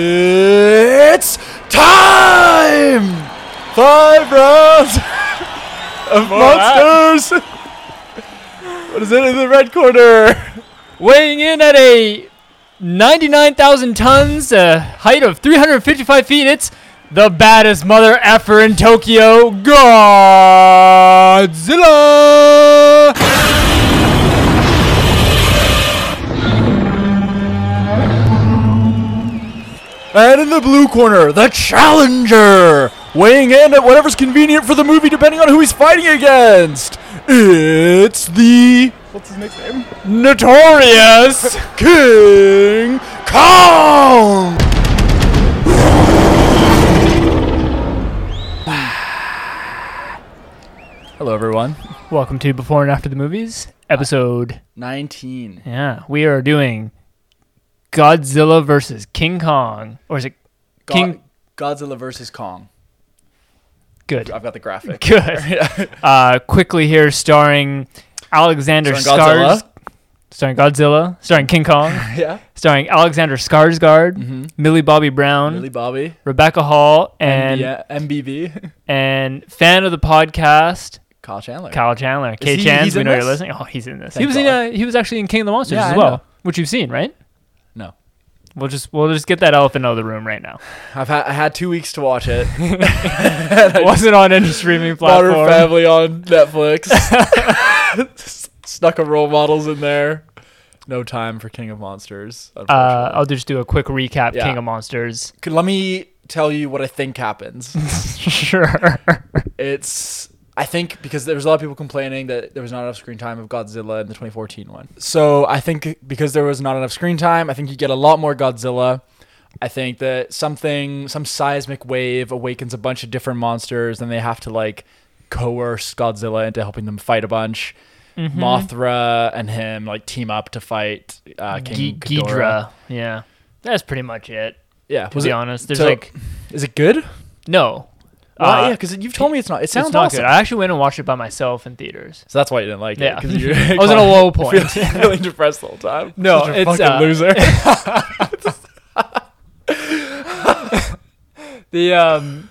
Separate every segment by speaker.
Speaker 1: It's time! Five rounds of
Speaker 2: All right.
Speaker 1: monsters! what is it in the red corner?
Speaker 2: Weighing in at a 99,000 tons, a height of 355 feet, it's the baddest mother effer in Tokyo, Godzilla!
Speaker 1: And in the blue corner, the challenger! Weighing in at whatever's convenient for the movie, depending on who he's fighting against! It's the
Speaker 3: What's his nickname?
Speaker 2: Notorious!
Speaker 1: King Kong! Hello, everyone.
Speaker 2: Welcome to Before and After the Movies,
Speaker 1: Uh,
Speaker 2: episode.
Speaker 1: 19.
Speaker 2: Yeah, we are doing Godzilla versus King Kong. Or is it King?
Speaker 1: Godzilla versus Kong.
Speaker 2: Good.
Speaker 1: I've got the graphic.
Speaker 2: Good. Uh, quickly here, starring Alexander
Speaker 1: Starring
Speaker 2: Skarsgård.
Speaker 1: Godzilla.
Speaker 2: Starring Godzilla, starring King Kong,
Speaker 1: yeah.
Speaker 2: starring Alexander Skarsgård, Millie Bobby Brown,
Speaker 1: Mm-hmm. Millie Bobby.
Speaker 2: Rebecca Hall, and
Speaker 1: yeah, MBV.
Speaker 2: and fan of the podcast,
Speaker 1: Kyle Chandler.
Speaker 2: Kyle Chandler. K
Speaker 1: he-
Speaker 2: Chans,
Speaker 1: he's
Speaker 2: we
Speaker 1: in
Speaker 2: know
Speaker 1: this?
Speaker 2: you're listening. Oh, he's in this. he
Speaker 1: Thank
Speaker 2: was in
Speaker 1: God.
Speaker 2: uh, he was actually in King of the Monsters
Speaker 1: Yeah,
Speaker 2: as
Speaker 1: I
Speaker 2: well,
Speaker 1: know.
Speaker 2: which you've seen, right?
Speaker 1: no.
Speaker 2: We'll just we'll just get that elephant out of the room right now.
Speaker 1: I've had, I had two weeks to watch it.
Speaker 2: It wasn't on any streaming
Speaker 1: Modern
Speaker 2: platform.
Speaker 1: Family on Netflix. Stuck a role models in there. No time for King of Monsters.
Speaker 2: Uh,
Speaker 1: unfortunately.
Speaker 2: I'll just do a quick recap.
Speaker 1: Yeah.
Speaker 2: King of Monsters.
Speaker 1: Could- let me tell you what I think happens.
Speaker 2: sure.
Speaker 1: it's I think because there was a lot of people complaining that there was not enough screen time of Godzilla in the 2014 one. So I think because there was not enough screen time, I think you get a lot more Godzilla. I think that something, some seismic wave awakens a bunch of different monsters, and they have to like coerce Godzilla into helping them fight a bunch.
Speaker 2: Mm-hmm.
Speaker 1: Mothra and him like team up to fight uh,
Speaker 2: G-
Speaker 1: King Ghidorah.
Speaker 2: Ghidra. Yeah, that's pretty much it.
Speaker 1: Yeah,
Speaker 2: To be
Speaker 1: it-
Speaker 2: honest, there's
Speaker 1: so-
Speaker 2: like
Speaker 1: is it good?
Speaker 2: no.
Speaker 1: Why?
Speaker 2: Uh,
Speaker 1: yeah, because you've told me it's not. It
Speaker 2: it's
Speaker 1: sounds
Speaker 2: not
Speaker 1: awesome.
Speaker 2: good. I actually went and watched it by myself in theaters.
Speaker 1: So that's why you didn't like
Speaker 2: Yeah.
Speaker 1: it. 'cause you-
Speaker 2: I was at a low point.
Speaker 1: Feeling, feeling depressed the whole time.
Speaker 2: No,
Speaker 1: Such a
Speaker 2: it's,
Speaker 1: fucking
Speaker 2: uh,
Speaker 1: loser.
Speaker 2: The um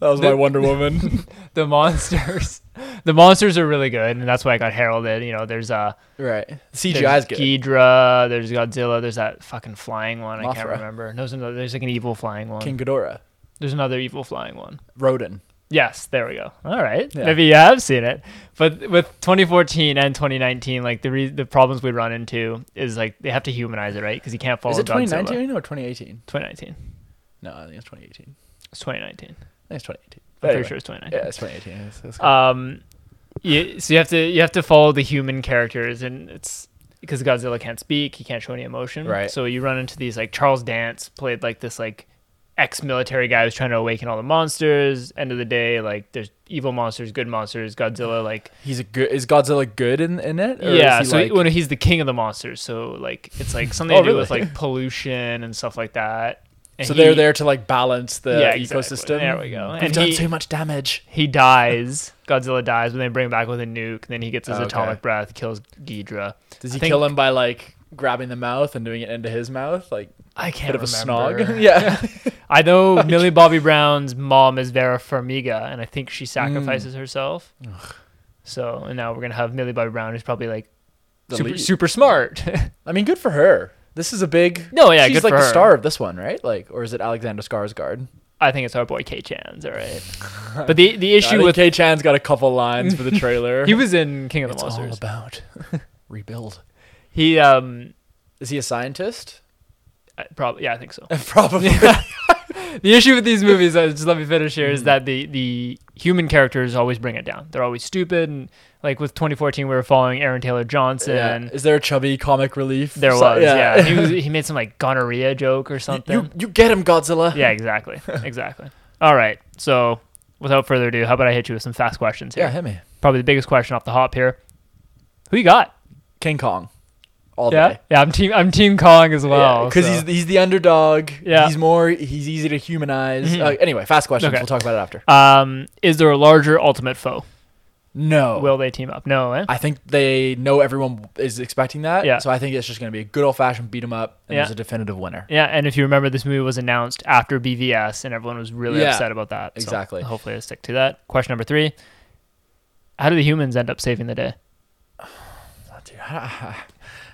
Speaker 1: That was
Speaker 2: the-
Speaker 1: my Wonder Woman.
Speaker 2: the monsters, the monsters are really good, and that's why I got heralded. You know, there's uh
Speaker 1: right.
Speaker 2: there's
Speaker 1: CGI's good.
Speaker 2: Ghidra, there's Godzilla, there's that fucking flying one. I can't
Speaker 1: Mothra.
Speaker 2: remember. There's another. There's like an evil flying one.
Speaker 1: King Ghidorah,
Speaker 2: There's another evil flying one.
Speaker 1: Rodin.
Speaker 2: Yes, there we go. All right,
Speaker 1: Yeah.
Speaker 2: maybe you have seen it, but with 2014 and 2019, like the re- the problems we run into is like they have to humanize it, right? Because you can't follow
Speaker 1: Is it
Speaker 2: Godzilla.
Speaker 1: 2019 or 2018?
Speaker 2: 2019.
Speaker 1: No, I think it's 2018.
Speaker 2: It's 2019.
Speaker 1: I think it's 2018.
Speaker 2: I'm
Speaker 1: Anyway.
Speaker 2: pretty sure it's 2019.
Speaker 1: Yeah, it's Uh, 2018. It's- it's-
Speaker 2: Um, you, so you have to you have to follow the human characters, and it's because Godzilla can't speak, he can't show any emotion.
Speaker 1: Right.
Speaker 2: So you run into these like Charles Dance played like this like ex-military guy who's trying to awaken all the monsters. End of the day, like there's evil monsters, good monsters. Godzilla like
Speaker 1: He's a good. Is Godzilla good in, in it? Or
Speaker 2: yeah.
Speaker 1: Is
Speaker 2: so
Speaker 1: he
Speaker 2: he,
Speaker 1: like,
Speaker 2: well, he's the king of the monsters. So like it's like something
Speaker 1: Oh,
Speaker 2: to do with
Speaker 1: really?
Speaker 2: like pollution and stuff like that. And
Speaker 1: so they're
Speaker 2: he-
Speaker 1: there to like balance the
Speaker 2: Yeah, exactly.
Speaker 1: ecosystem.
Speaker 2: There we go.
Speaker 1: We've
Speaker 2: And
Speaker 1: done
Speaker 2: he-
Speaker 1: too much damage.
Speaker 2: he dies. Godzilla dies, but they bring him back with a nuke. And then he gets his
Speaker 1: Oh, okay.
Speaker 2: atomic breath, kills Ghidra.
Speaker 1: Does
Speaker 2: I
Speaker 1: he
Speaker 2: think-
Speaker 1: kill him by like grabbing the mouth and doing it into his mouth? Like
Speaker 2: I can't
Speaker 1: bit of a
Speaker 2: remember.
Speaker 1: snog. yeah.
Speaker 2: I know Millie Bobby Brown's mom is Vera Farmiga, and I think
Speaker 1: Mm.
Speaker 2: she sacrifices herself. So and now we're gonna have Millie Bobby Brown, who's probably like
Speaker 1: The
Speaker 2: super
Speaker 1: lead.
Speaker 2: super smart.
Speaker 1: I mean, good for her. This is a big.
Speaker 2: No, yeah,
Speaker 1: she's
Speaker 2: good
Speaker 1: like
Speaker 2: for
Speaker 1: the
Speaker 2: her.
Speaker 1: star of this one, right? Like, or is it Alexander Skarsgård?
Speaker 2: I think it's our boy K Chan's, all right. But the the issue with
Speaker 1: K Chan's got a couple lines for the trailer.
Speaker 2: he was in King of the
Speaker 1: it's all
Speaker 2: Monsters.
Speaker 1: about rebuild.
Speaker 2: He um
Speaker 1: Is he a scientist?
Speaker 2: probably yeah I think so.
Speaker 1: Probably.
Speaker 2: the issue with these movies, uh, just let me finish here,
Speaker 1: Mm.
Speaker 2: is that the the human characters always bring it down. They're always stupid, and like with 2014, we were following Aaron Taylor Johnson.
Speaker 1: Is there a chubby comic relief?
Speaker 2: There
Speaker 1: So-
Speaker 2: was, yeah. He was he made some like gonorrhea joke or something.
Speaker 1: you you get him, Godzilla.
Speaker 2: yeah, exactly, exactly. All right, so without further ado, how about I hit you with some fast questions here?
Speaker 1: Yeah, hit me.
Speaker 2: Probably the biggest question off the hop here. Who you got?
Speaker 1: King Kong. All
Speaker 2: yeah,
Speaker 1: day.
Speaker 2: yeah. I'm team. I'm team Kong as well.
Speaker 1: because
Speaker 2: so-
Speaker 1: he's he's the underdog.
Speaker 2: Yeah.
Speaker 1: he's more he's easy to humanize.
Speaker 2: Mhm.
Speaker 1: Uh, anyway, fast questions.
Speaker 2: Okay.
Speaker 1: We'll talk about it after.
Speaker 2: Um, is there a larger ultimate foe?
Speaker 1: No.
Speaker 2: Will they team up? No, eh?
Speaker 1: Oh. I think they know everyone is expecting that.
Speaker 2: Yeah.
Speaker 1: So I think it's just going to be a good old fashioned beat 'em up, and there's
Speaker 2: Yeah.
Speaker 1: a definitive winner.
Speaker 2: yeah, and if you remember, this movie was announced after BVS, and everyone was really
Speaker 1: Yeah,
Speaker 2: upset about that. So
Speaker 1: exactly.
Speaker 2: hopefully, I stick to that. Question number three: How do the humans end up saving the day?
Speaker 1: Oh, dude, I, I-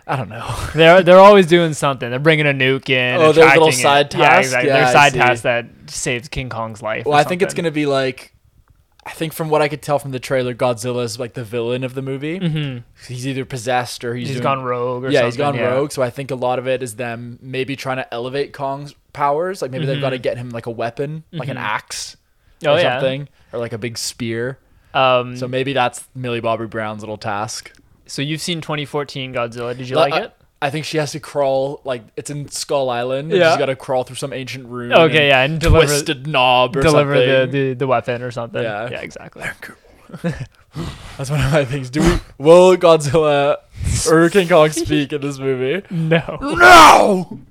Speaker 1: I don't know.
Speaker 2: They're they're always doing something. They're bringing a nuke in.
Speaker 1: Oh, their little
Speaker 2: attracting it.
Speaker 1: side
Speaker 2: Yeah,
Speaker 1: task?
Speaker 2: exactly.
Speaker 1: Yeah,
Speaker 2: their
Speaker 1: I
Speaker 2: side
Speaker 1: see.
Speaker 2: task that saves King Kong's life.
Speaker 1: Well, I think it's
Speaker 2: going
Speaker 1: going to be like, I think from what I could tell from the trailer, Godzilla is like the villain of the movie.
Speaker 2: Mm-hmm.
Speaker 1: He's either possessed or he's,
Speaker 2: He's
Speaker 1: doing-
Speaker 2: gone rogue. Or
Speaker 1: yeah, he's gone
Speaker 2: something,
Speaker 1: rogue. So I think a lot of it is them maybe trying to elevate Kong's powers. Like maybe they've got to get him like a weapon, like an
Speaker 2: Mhm.
Speaker 1: axe
Speaker 2: Yeah.
Speaker 1: or
Speaker 2: Mm-hmm. Oh yeah.
Speaker 1: something, or like a big spear.
Speaker 2: Um,
Speaker 1: So
Speaker 2: so,
Speaker 1: maybe that's Millie Bobby Brown's little task.
Speaker 2: you've seen 2014 Godzilla? Did you
Speaker 1: Like,
Speaker 2: like it?
Speaker 1: I think she has to crawl like it's in Skull Island. And
Speaker 2: Yeah.
Speaker 1: she's got to crawl through some ancient room.
Speaker 2: Okay,
Speaker 1: and
Speaker 2: yeah, and deliver
Speaker 1: twisted knob or
Speaker 2: deliver the,
Speaker 1: something.
Speaker 2: the the weapon or something.
Speaker 1: Yeah.
Speaker 2: yeah exactly.
Speaker 1: That's one of my things. Do we will Godzilla or King Kong speak in this movie?
Speaker 2: No.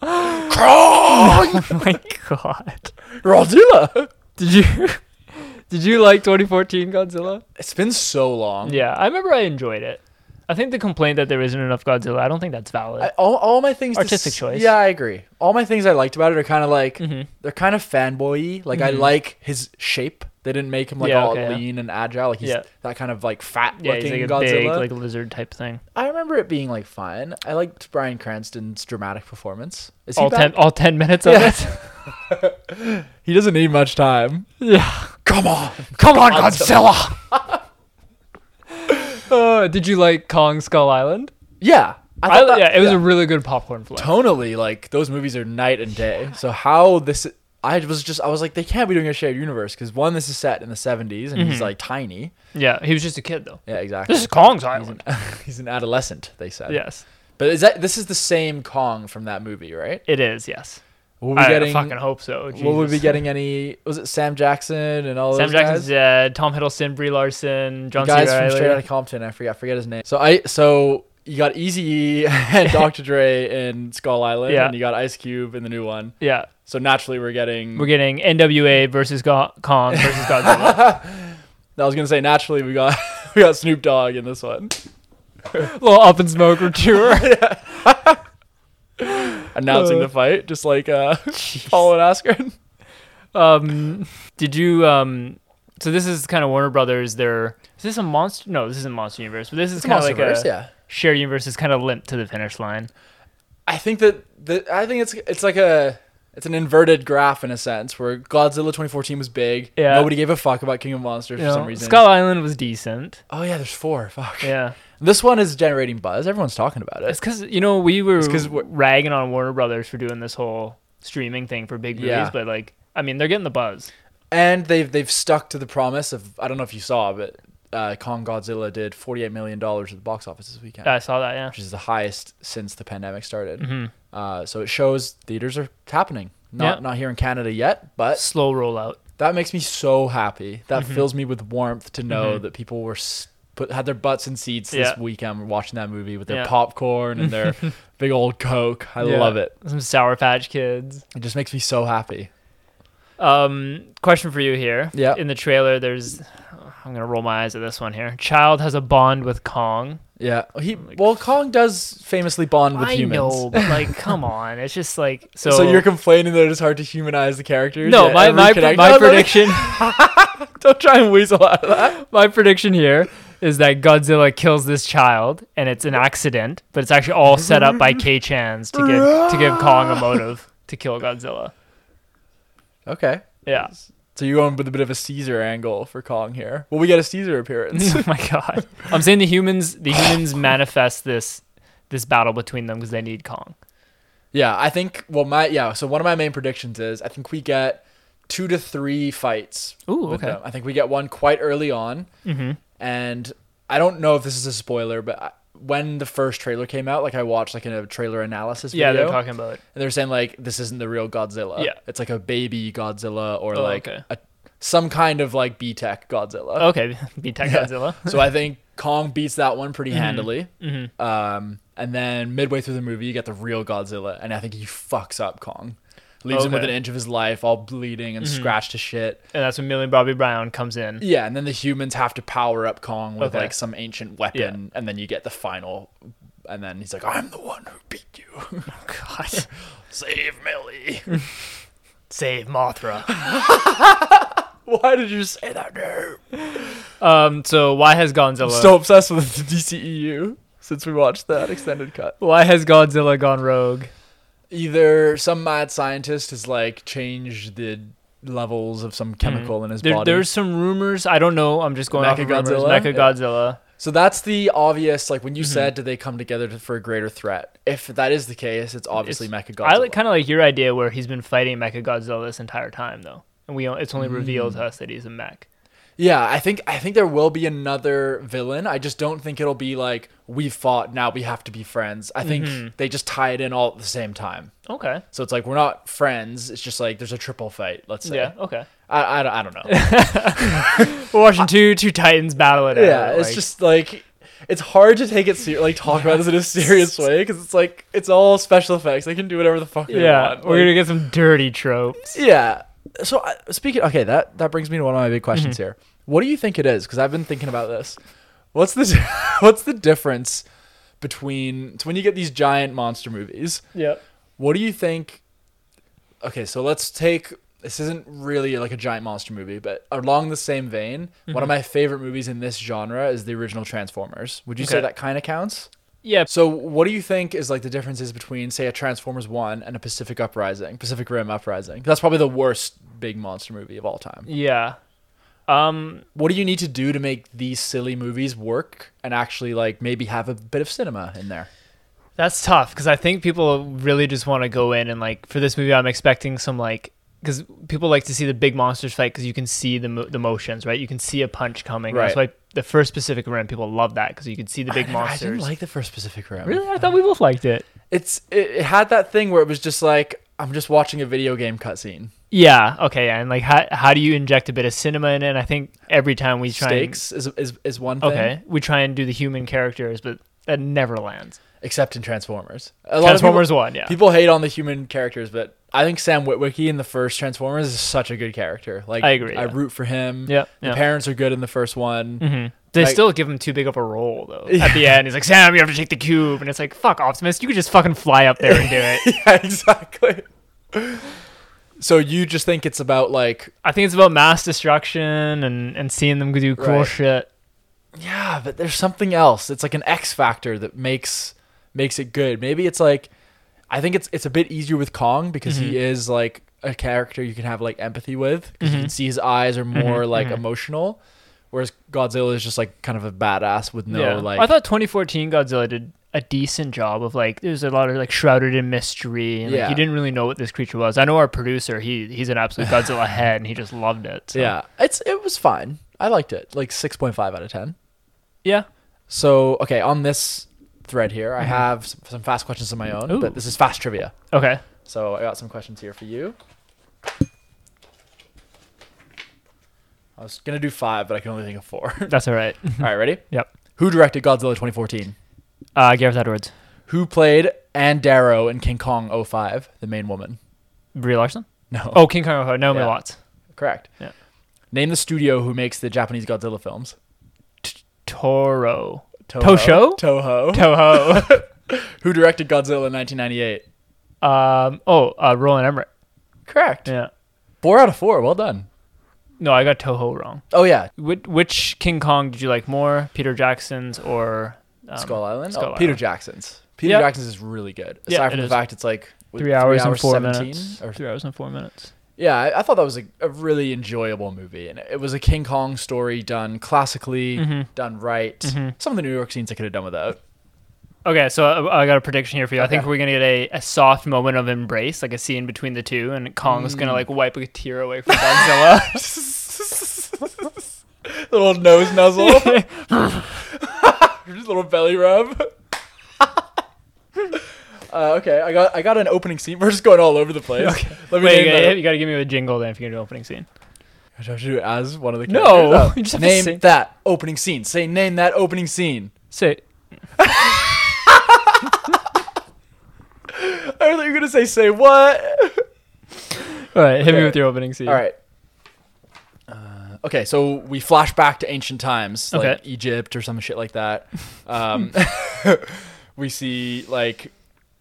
Speaker 1: No. Kong,
Speaker 2: oh my god.
Speaker 1: Godzilla.
Speaker 2: Did you did you like 2014 Godzilla?
Speaker 1: It's been so long.
Speaker 2: Yeah, I remember I enjoyed it. I think the complaint that there isn't enough Godzilla, I don't think that's valid.
Speaker 1: I, all, all my things to
Speaker 2: Artistic choice.
Speaker 1: Yeah, I agree. All my things I liked about it are kind of like
Speaker 2: Mhm.
Speaker 1: they're kind of fanboy. Like I
Speaker 2: Mhm.
Speaker 1: like his shape. They didn't make him like
Speaker 2: Yeah,
Speaker 1: all
Speaker 2: okay, yeah.
Speaker 1: lean and agile. Like he's
Speaker 2: Yeah.
Speaker 1: that kind of like fat
Speaker 2: yeah, he's
Speaker 1: looking
Speaker 2: like a
Speaker 1: Godzilla.
Speaker 2: big like lizard type thing.
Speaker 1: I remember it being like fine. I liked Brian Cranston's dramatic performance. Is he
Speaker 2: All
Speaker 1: back?
Speaker 2: ten all ten minutes of
Speaker 1: Yeah.
Speaker 2: it.
Speaker 1: He doesn't need much time.
Speaker 2: Yeah.
Speaker 1: Come on.
Speaker 2: Come on,
Speaker 1: Godzilla.
Speaker 2: Uh, did you like Kong Skull Island?
Speaker 1: Yeah. I
Speaker 2: I,
Speaker 1: thought that-
Speaker 2: yeah, it was a really good popcorn flick.
Speaker 1: tonally like those movies are night and day. So how this I was just I was like they can't be doing a shared universe cuz one this is set in the 70s and he's like tiny.
Speaker 2: Yeah, he was just a kid though.
Speaker 1: Yeah, exactly.
Speaker 2: Mm-hmm. This is Kong's
Speaker 1: he's, an,
Speaker 2: Island.
Speaker 1: he's an adolescent, they said.
Speaker 2: Yes,
Speaker 1: But is that this is the same Kong from that movie, right?
Speaker 2: it is. Yes,
Speaker 1: Were we
Speaker 2: I
Speaker 1: getting
Speaker 2: fucking hope so.
Speaker 1: What would we
Speaker 2: Jesus.
Speaker 1: getting any was it Sam Jackson and all
Speaker 2: Sam
Speaker 1: those
Speaker 2: Jackson's
Speaker 1: guys?
Speaker 2: dead. Tom Hiddleston, Brie Larson, John
Speaker 1: The guys
Speaker 2: C.
Speaker 1: from
Speaker 2: Reilly.
Speaker 1: Straight Outta Compton. I forget, I forget his name. So I, so you got Easy and Dr. Dre in Skull Island,
Speaker 2: Yeah.
Speaker 1: and you got Ice Cube in the new one.
Speaker 2: yeah,
Speaker 1: So naturally, we're getting.
Speaker 2: we're getting NWA versus Go- Kong versus Godzilla.
Speaker 1: I was gonna say naturally, we got we got Snoop Dogg in this one,
Speaker 2: Little up and smoke tour.
Speaker 1: announcing
Speaker 2: Uh.
Speaker 1: the fight, just like uh, Paul and Askren.
Speaker 2: Um, did you um? So this is kind of Warner Brothers. Their is this a monster? No, this isn't Monster Universe. But this is kind of like a
Speaker 1: yeah.
Speaker 2: shared universe. Is kind of limp to the finish line.
Speaker 1: I think that the I think it's it's like a it's an inverted graph in a sense where Godzilla 2014 was big.
Speaker 2: Yeah.
Speaker 1: Nobody gave a fuck about King of Monsters
Speaker 2: You
Speaker 1: for
Speaker 2: know,
Speaker 1: some reason.
Speaker 2: Skull Island was decent.
Speaker 1: oh yeah, there's four. Fuck.
Speaker 2: Yeah,
Speaker 1: This one is generating buzz. Everyone's talking about it.
Speaker 2: it's because you know we were
Speaker 1: 'cause we're-
Speaker 2: ragging on Warner Brothers for doing this whole streaming thing for big movies,
Speaker 1: Yeah.
Speaker 2: but like. I mean, they're getting the buzz.
Speaker 1: and they've they've stuck to the promise of I don't know if you saw, but uh, Kong Godzilla did forty eight million dollars at the box office this weekend,
Speaker 2: I saw that, yeah.
Speaker 1: which is the highest since the pandemic started.
Speaker 2: hmm
Speaker 1: Uh, so it shows theaters are happening. Not
Speaker 2: Yeah.
Speaker 1: not here in Canada yet, but
Speaker 2: Slow rollout.
Speaker 1: that makes me so happy. That
Speaker 2: Mm-hmm.
Speaker 1: fills me with warmth to know
Speaker 2: Mhm.
Speaker 1: that people were s- put had their butts in seats this
Speaker 2: Yeah.
Speaker 1: weekend watching that movie with their
Speaker 2: Yeah.
Speaker 1: popcorn and their big old coke. I
Speaker 2: Yeah.
Speaker 1: love it.
Speaker 2: Some Sour Patch Kids.
Speaker 1: It just makes me so happy.
Speaker 2: Um, question for you here.
Speaker 1: Yeah.
Speaker 2: In the trailer, there's. I'm gonna roll my eyes at this one here. Child has a bond with Kong.
Speaker 1: Yeah, he well Kong does famously bond with
Speaker 2: I
Speaker 1: humans.
Speaker 2: know, but like, come on. It's just like so.
Speaker 1: So, you're complaining that it's hard to humanize the characters?
Speaker 2: no,
Speaker 1: that
Speaker 2: my
Speaker 1: every
Speaker 2: my,
Speaker 1: connect-
Speaker 2: my
Speaker 1: No, no, no,
Speaker 2: prediction.
Speaker 1: Don't try and weasel out of that.
Speaker 2: my prediction here is that Godzilla kills this child, and it's an accident, but it's actually all set up by K Chans to give to give Kong a motive to kill Godzilla.
Speaker 1: Okay.
Speaker 2: Yeah.
Speaker 1: So you're going with a bit of a Caesar angle for Kong here. Will we get a Caesar appearance?
Speaker 2: oh my god. I'm saying the humans the humans manifest this this battle between them because they need Kong.
Speaker 1: yeah, I think. Well, my yeah. So one of my main predictions is I think we get two to three fights.
Speaker 2: Ooh,
Speaker 1: with
Speaker 2: okay.
Speaker 1: them. I think we get one quite early on,
Speaker 2: Mm-hmm.
Speaker 1: and I don't know if this is a spoiler, but. I, when the first trailer came out, like I watched like in a trailer analysis video,
Speaker 2: Yeah, they're talking about it.
Speaker 1: and they're saying like this isn't the real Godzilla.
Speaker 2: Yeah.
Speaker 1: it's like a baby Godzilla or
Speaker 2: Oh,
Speaker 1: like
Speaker 2: okay.
Speaker 1: a, some kind of like B Tech Godzilla.
Speaker 2: Okay, beat Tech Godzilla.
Speaker 1: so I think Kong beats that one pretty handily.
Speaker 2: hmm
Speaker 1: Um, and then midway through the movie, you get the real Godzilla, and I think he fucks up Kong. leaves him with an
Speaker 2: Okay. Mm-hmm.
Speaker 1: inch of his life, all bleeding and scratched to shit.
Speaker 2: and that's when Millie Bobby Brown comes in.
Speaker 1: Yeah, and then the humans have to power up Kong with
Speaker 2: Okay.
Speaker 1: like some ancient weapon, and then you get the final. And then he's like, "I'm the one who beat you.
Speaker 2: Oh, God,
Speaker 1: Save Millie."
Speaker 2: save Mothra.
Speaker 1: Why did you say that name?
Speaker 2: um, so why has Godzilla?
Speaker 1: So obsessed with the DCEU since we watched that extended cut.
Speaker 2: why has Godzilla gone rogue?
Speaker 1: Either some mad scientist has like changed the levels of some chemical in his
Speaker 2: Mm-hmm. There,
Speaker 1: body.
Speaker 2: there's some rumors. I don't know. I'm just going off of rumors.
Speaker 1: Mechagodzilla?
Speaker 2: Mecha Godzilla.
Speaker 1: So that's the obvious. Like when
Speaker 2: Mm-hmm.
Speaker 1: you said, "Do they come together to, for a greater threat?" If that is the case, it's obviously Mechagodzilla.
Speaker 2: I like, kind of like your idea where he's been fighting Mecha Godzilla this entire time though, and we o- it's only revealed to us that he's a mech.
Speaker 1: yeah, I think I think there will be another villain. I just don't think it'll be like we fought. Now we have to be friends. I think
Speaker 2: Mm-hmm.
Speaker 1: they just tie it in all at the same time.
Speaker 2: Okay.
Speaker 1: So it's like we're not friends. It's just like there's a triple fight. Let's say.
Speaker 2: Yeah. Okay.
Speaker 1: I, I, don't- I don't know.
Speaker 2: We're watching two two titans battle it out.
Speaker 1: yeah, it's
Speaker 2: like-
Speaker 1: just like it's hard to take it ser- like talk about this in a serious way because it's like it's all special effects. They can do whatever the fuck they
Speaker 2: yeah.
Speaker 1: want.
Speaker 2: We're
Speaker 1: like-
Speaker 2: gonna get some dirty tropes.
Speaker 1: Yeah. So I, speaking, okay, that that brings me to one of my big questions here. What do you think it is? Because I've been thinking about this. What's the what's the difference between so when you get these giant monster movies?
Speaker 2: Yeah.
Speaker 1: What do you think? Okay, so let's take this isn't really like a giant monster movie, but along the same vein, one
Speaker 2: Mm-hmm.
Speaker 1: of my favorite movies in this genre is the original Transformers. Would you say
Speaker 2: Okay.
Speaker 1: that kind of counts?
Speaker 2: Yeah.
Speaker 1: So, what do you think is like the differences between, say, a Transformers One and a Pacific Uprising, Pacific Rim Uprising? That's probably the worst big monster movie of all time.
Speaker 2: Yeah. Um.
Speaker 1: What do you need to do to make these silly movies work and actually like maybe have a bit of cinema in there?
Speaker 2: That's tough because I think people really just want to go in and like for this movie, I'm expecting some like because people like to see the big monsters fight because you can see the mo- the motions, right? You can see a punch coming. That's
Speaker 1: Right.
Speaker 2: why the first Pacific Rim people love that because you can see the big monsters.
Speaker 1: I didn't like the first Pacific Rim.
Speaker 2: really, I thought we both liked it.
Speaker 1: It's it, it had that thing where it was just like I'm just watching a video game cutscene.
Speaker 2: Yeah. Okay. Yeah. And like, how how do you inject a bit of cinema in it? And I think every time we try and-
Speaker 1: Stakes is, is is one thing.
Speaker 2: okay, we try and do the human characters, but that never lands.
Speaker 1: Except in Transformers. A lot of people-
Speaker 2: Transformers one. Yeah.
Speaker 1: People hate on the human characters, but I think Sam Witwicky in the first Transformers is such a good character. Like
Speaker 2: I agree,
Speaker 1: I
Speaker 2: yeah.
Speaker 1: root for him.
Speaker 2: Yeah,
Speaker 1: The
Speaker 2: yeah.
Speaker 1: parents are good in the first one.
Speaker 2: Mm-hmm. They
Speaker 1: Like-
Speaker 2: still give him too big of a role though. At the end, he's like, "Sam, you have to take the cube," and it's like, "Fuck, Optimus, you could just fucking fly up there and do it."
Speaker 1: yeah, exactly. so you just think it's about like
Speaker 2: I think it's about mass destruction and and seeing them do cool
Speaker 1: Right.
Speaker 2: shit.
Speaker 1: yeah, but there's something else. It's like an X factor that makes makes it good. Maybe it's like I think it's it's a bit easier with Kong because
Speaker 2: Mm-hmm.
Speaker 1: he is like a character you can have like empathy with because
Speaker 2: Mm-hmm.
Speaker 1: you can see his eyes are more like emotional, whereas Godzilla is just like kind of a badass with no
Speaker 2: yeah.
Speaker 1: like
Speaker 2: I thought 2014 Godzilla did a decent job of like there's a lot of like shrouded in mystery and
Speaker 1: Yeah.
Speaker 2: like, you didn't really know what this creature was. I know our producer, he he's an absolute Godzilla head and he just loved it. so-
Speaker 1: Yeah, it's it was fine. I liked it, like six point five out of ten.
Speaker 2: Yeah.
Speaker 1: So okay, on this thread here, I have some, some fast questions of my own,
Speaker 2: Mm-hmm. Ooh.
Speaker 1: but this is fast trivia.
Speaker 2: Okay.
Speaker 1: So I got some questions here for you. I was gonna do five, but I can only think of four. All
Speaker 2: That's all right.
Speaker 1: right, ready?
Speaker 2: yep.
Speaker 1: Who directed Godzilla 2014?
Speaker 2: Uh Gareth Edwards.
Speaker 1: Who played Ann Darrow in King Kong 05, the main woman?
Speaker 2: Brie Larson?
Speaker 1: No.
Speaker 2: Oh, King Kong. Oh, Naomi
Speaker 1: Yeah.
Speaker 2: Watts.
Speaker 1: correct.
Speaker 2: Yeah.
Speaker 1: Name the studio who makes the Japanese Godzilla films.
Speaker 2: Toro.
Speaker 1: Toho.
Speaker 2: Tosho?
Speaker 1: Toho.
Speaker 2: Toho.
Speaker 1: Who directed Godzilla in 1998?
Speaker 2: Um. Oh, uh, Roland Emmerich.
Speaker 1: Correct.
Speaker 2: Yeah.
Speaker 1: Four out of four. Well done.
Speaker 2: No, I got Toho wrong.
Speaker 1: Oh yeah,
Speaker 2: Which, which King Kong did you like more, Peter Jackson's or um,
Speaker 1: Skull Island.
Speaker 2: Skull
Speaker 1: oh, Peter
Speaker 2: Island.
Speaker 1: Jackson's. Peter
Speaker 2: Yeah.
Speaker 1: Jackson's is really good.
Speaker 2: Yeah,
Speaker 1: Aside from
Speaker 2: it
Speaker 1: the
Speaker 2: is.
Speaker 1: fact it's like with
Speaker 2: Three hours, and four
Speaker 1: 17
Speaker 2: minutes.
Speaker 1: or-
Speaker 2: three hours and four minutes.
Speaker 1: yeah, I, I thought that was a, a really enjoyable movie, and it was a King Kong story done classically,
Speaker 2: Mm-hmm.
Speaker 1: done right. Some of the New York scenes I could have done without.
Speaker 2: Okay, so I, I got a prediction here for you. I think
Speaker 1: Okay.
Speaker 2: we're gonna get a, a soft moment of embrace, like a scene between the two, and Kong's
Speaker 1: Mm.
Speaker 2: gonna like wipe a tear away from Godzilla.
Speaker 1: little nose nuzzle, just little belly rub. uh, okay, I got I got an opening scene. We're just going all over the place.
Speaker 2: Okay.
Speaker 1: Let me
Speaker 2: Wait, you
Speaker 1: name
Speaker 2: gotta,
Speaker 1: that.
Speaker 2: you gotta give me a jingle then if you're gonna do opening
Speaker 1: Do
Speaker 2: scene.
Speaker 1: I have to do it as one of the
Speaker 2: No,
Speaker 1: characters? Oh.
Speaker 2: you just have to
Speaker 1: name
Speaker 2: say-
Speaker 1: that opening scene. Say name that opening scene.
Speaker 2: Say
Speaker 1: I thought you were gonna say say what?
Speaker 2: All right, hit me
Speaker 1: Okay.
Speaker 2: with your opening scene.
Speaker 1: All right. Uh, okay, so we flash back to ancient times, like
Speaker 2: Okay.
Speaker 1: Egypt or some shit like that. Um, we see like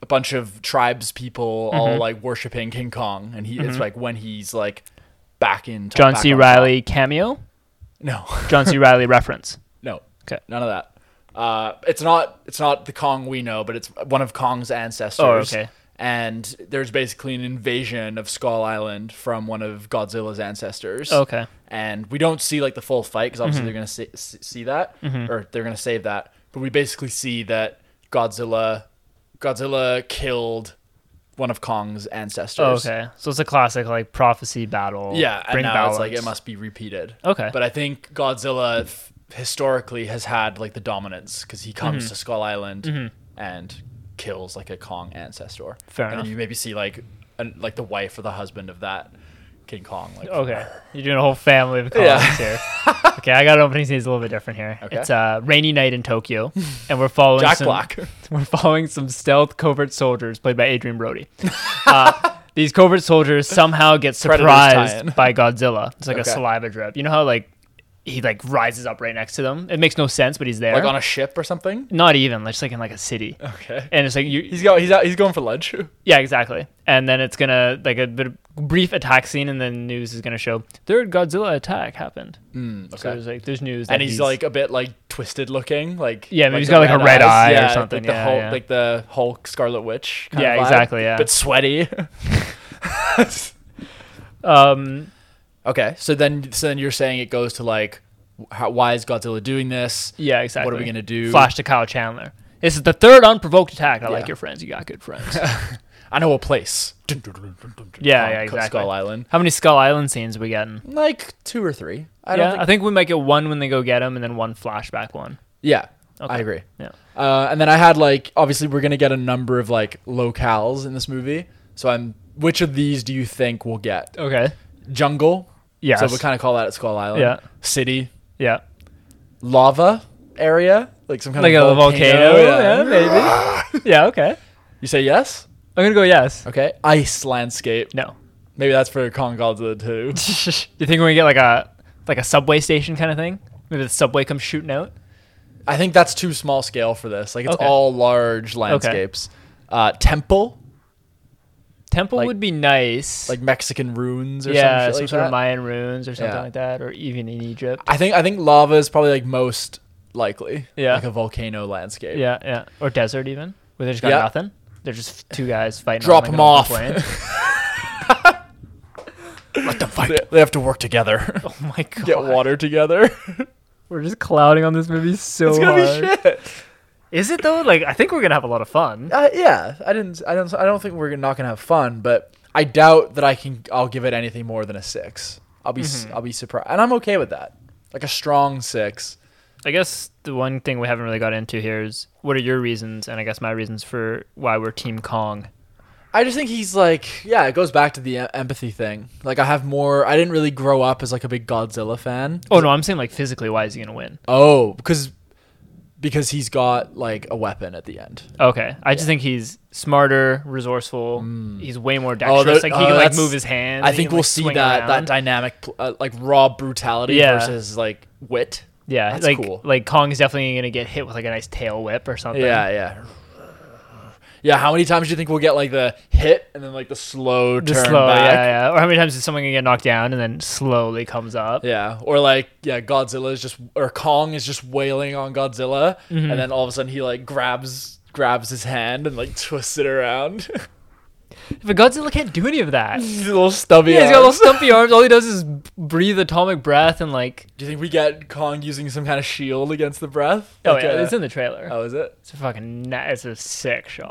Speaker 1: a bunch of tribes people all
Speaker 2: Mhm.
Speaker 1: like worshiping King Kong, and he it's
Speaker 2: Mhm.
Speaker 1: like when he's like back in
Speaker 2: John
Speaker 1: back
Speaker 2: C.
Speaker 1: on top.
Speaker 2: Riley cameo.
Speaker 1: No,
Speaker 2: John C. Riley reference.
Speaker 1: no,
Speaker 2: Okay.
Speaker 1: none of that. Uh, it's not it's not the Kong we know, but it's one of Kong's ancestors.
Speaker 2: Oh, okay.
Speaker 1: And there's basically an invasion of Skull Island from one of Godzilla's ancestors
Speaker 2: Okay.
Speaker 1: and we don't see like the full fight because
Speaker 2: Mm-hmm.
Speaker 1: obviously they're gonna see, s- see that or they're gonna save that but we basically see that godzilla godzilla killed one of kong's ancestors
Speaker 2: Oh, okay. So it's a classic like prophecy battle.
Speaker 1: yeah and
Speaker 2: Bring
Speaker 1: now
Speaker 2: balance.
Speaker 1: it's like it must be repeated
Speaker 2: Okay.
Speaker 1: but i think godzilla f- historically has had like the dominance because he comes
Speaker 2: Mm-hmm.
Speaker 1: to skull island and kills like a kong ancestor
Speaker 2: Fair
Speaker 1: and
Speaker 2: enough.
Speaker 1: then you maybe see like an, like the wife or the husband of that king kong like
Speaker 2: Okay. You're doing a whole family of colors
Speaker 1: Yeah.
Speaker 2: here. Okay, I got an opening scene that's a little bit different here.
Speaker 1: Okay.
Speaker 2: It's a rainy night in Tokyo, and we're following
Speaker 1: jack
Speaker 2: some,
Speaker 1: black
Speaker 2: We're following some stealth covert soldiers played by Adrian Brody. Uh, these covert soldiers somehow get
Speaker 1: Predators tie-in.
Speaker 2: surprised by Godzilla. It's like
Speaker 1: Okay.
Speaker 2: a saliva drip. You know how like he like rises up right next to them. It makes no sense, but he's there.
Speaker 1: like on a ship or something
Speaker 2: Not even like just like in like a city.
Speaker 1: okay
Speaker 2: And it's like you,
Speaker 1: He's go he's out he's going for lunch.
Speaker 2: Yeah, exactly. And then it's gonna like a bit of brief attack scene, and then news is gonna show third Godzilla attack happened. So there's like there's news,
Speaker 1: Hmm, And
Speaker 2: that
Speaker 1: he's, like a bit like twisted looking, like
Speaker 2: Yeah, maybe he's got, like, a red eye or
Speaker 1: yeah,
Speaker 2: something,
Speaker 1: Like the
Speaker 2: yeah,
Speaker 1: Hulk,
Speaker 2: yeah.
Speaker 1: like the Hulk Scarlet Witch. Kind
Speaker 2: Yeah,
Speaker 1: of vibe,
Speaker 2: exactly, yeah.
Speaker 1: but sweaty.
Speaker 2: um
Speaker 1: okay, so then so then you're saying it goes to like, wh- how, why is Godzilla doing this?
Speaker 2: yeah exactly.
Speaker 1: What are we gonna do?
Speaker 2: Flash to Kyle Chandler. This is the third unprovoked attack. I
Speaker 1: Yeah.
Speaker 2: like your friends. You got good friends.
Speaker 1: I know a place. yeah,
Speaker 2: yeah, exactly.
Speaker 1: Skull Island,
Speaker 2: How many Skull Island scenes are we getting?
Speaker 1: like two or three. I
Speaker 2: yeah,
Speaker 1: don't think,
Speaker 2: I think we might get one when they go get him, and then one flashback one.
Speaker 1: Yeah,
Speaker 2: Okay.
Speaker 1: I agree.
Speaker 2: Yeah.
Speaker 1: Uh, and then I had like obviously we're gonna get a number of like locales in this movie. So I'm which of these do you think we'll get?
Speaker 2: Okay.
Speaker 1: Jungle.
Speaker 2: Yes.
Speaker 1: So we kind of call that at Skull Island.
Speaker 2: Yeah.
Speaker 1: City.
Speaker 2: Yeah.
Speaker 1: Lava area. Like some kind
Speaker 2: Like
Speaker 1: of
Speaker 2: a volcano.
Speaker 1: yeah.
Speaker 2: yeah, maybe. yeah. Okay.
Speaker 1: You say yes?
Speaker 2: I'm gonna go yes.
Speaker 1: Okay. Ice landscape.
Speaker 2: No.
Speaker 1: Maybe that's for Kong Godzilla too.
Speaker 2: Do you think we get like a like a subway station kind of thing? Maybe the subway comes shooting out.
Speaker 1: I think that's too small scale for this. Like it's
Speaker 2: Okay.
Speaker 1: all large landscapes. Uh, temple.
Speaker 2: Temple
Speaker 1: Like-
Speaker 2: would be nice.
Speaker 1: Like Mexican ruins or
Speaker 2: yeah,
Speaker 1: some shit
Speaker 2: some
Speaker 1: like
Speaker 2: sort
Speaker 1: that.
Speaker 2: of Mayan ruins or something
Speaker 1: Yeah.
Speaker 2: like that, or even in Egypt.
Speaker 1: I think I think lava is probably like most likely.
Speaker 2: Yeah.
Speaker 1: Like a volcano landscape.
Speaker 2: yeah, yeah, or desert even where they just got
Speaker 1: Yeah.
Speaker 2: nothing. They're just two guys fighting.
Speaker 1: Drop
Speaker 2: on, like,
Speaker 1: 'em
Speaker 2: an open
Speaker 1: off.
Speaker 2: plain.
Speaker 1: Let them fight. They, they have to work together.
Speaker 2: oh my god!
Speaker 1: Get water together.
Speaker 2: We're just clouding on this movie so
Speaker 1: it's gonna
Speaker 2: hard.
Speaker 1: be shit.
Speaker 2: Is it though? Like I think we're gonna have a lot of fun.
Speaker 1: Uh, yeah, I didn't. I don't. I don't think we're not gonna have fun, but I doubt that I can. I'll give it anything more than a six. I'll be.
Speaker 2: Mm-hmm.
Speaker 1: s will be surprised, and I'm okay with that. Like a strong six.
Speaker 2: I guess the one thing we haven't really got into here is what are your reasons, and I guess my reasons for why we're Team Kong.
Speaker 1: I just think he's like, yeah, it goes back to the em- empathy thing. Like I have more. I didn't really grow up as like a big Godzilla fan.
Speaker 2: Oh no, I'm saying like physically, why is he gonna win?
Speaker 1: Oh, because because he's got like a weapon at the end.
Speaker 2: Okay, I just think he's smarter, resourceful. He's way more dexterous.
Speaker 1: that-
Speaker 2: like
Speaker 1: Mm. oh,
Speaker 2: he can like
Speaker 1: that's-
Speaker 2: move his hands.
Speaker 1: I
Speaker 2: he
Speaker 1: think
Speaker 2: can,
Speaker 1: we'll
Speaker 2: like,
Speaker 1: see
Speaker 2: swing
Speaker 1: that that
Speaker 2: around.
Speaker 1: dynamic, pl- uh, like raw brutality
Speaker 2: Yeah.
Speaker 1: versus like wit.
Speaker 2: yeah,
Speaker 1: that's
Speaker 2: like
Speaker 1: cool.
Speaker 2: like Kong is definitely gonna get hit with like a nice tail whip or something.
Speaker 1: Yeah, yeah. Yeah, how many times do you think we'll get like the hit and then like the slow
Speaker 2: just
Speaker 1: turn
Speaker 2: slow.
Speaker 1: back?
Speaker 2: Yeah, yeah. Or how many times is someone gonna get knocked down and then slowly comes up?
Speaker 1: Yeah. Or like yeah, Godzilla is just or Kong is just wailing on Godzilla
Speaker 2: Mm-hmm.
Speaker 1: and then all of a sudden he like grabs grabs his hand and like twists it around.
Speaker 2: But Godzilla can't do any of that.
Speaker 1: His little stubby.
Speaker 2: Yeah, he's got
Speaker 1: arm.
Speaker 2: little stumpy arms. All he does is breathe atomic breath and like.
Speaker 1: do you think we get Kong using some kind of shield against the breath?
Speaker 2: Oh
Speaker 1: Like
Speaker 2: yeah,
Speaker 1: a-
Speaker 2: it's in the trailer.
Speaker 1: Oh, is it?
Speaker 2: It's a fucking. Na- it's a sick shot.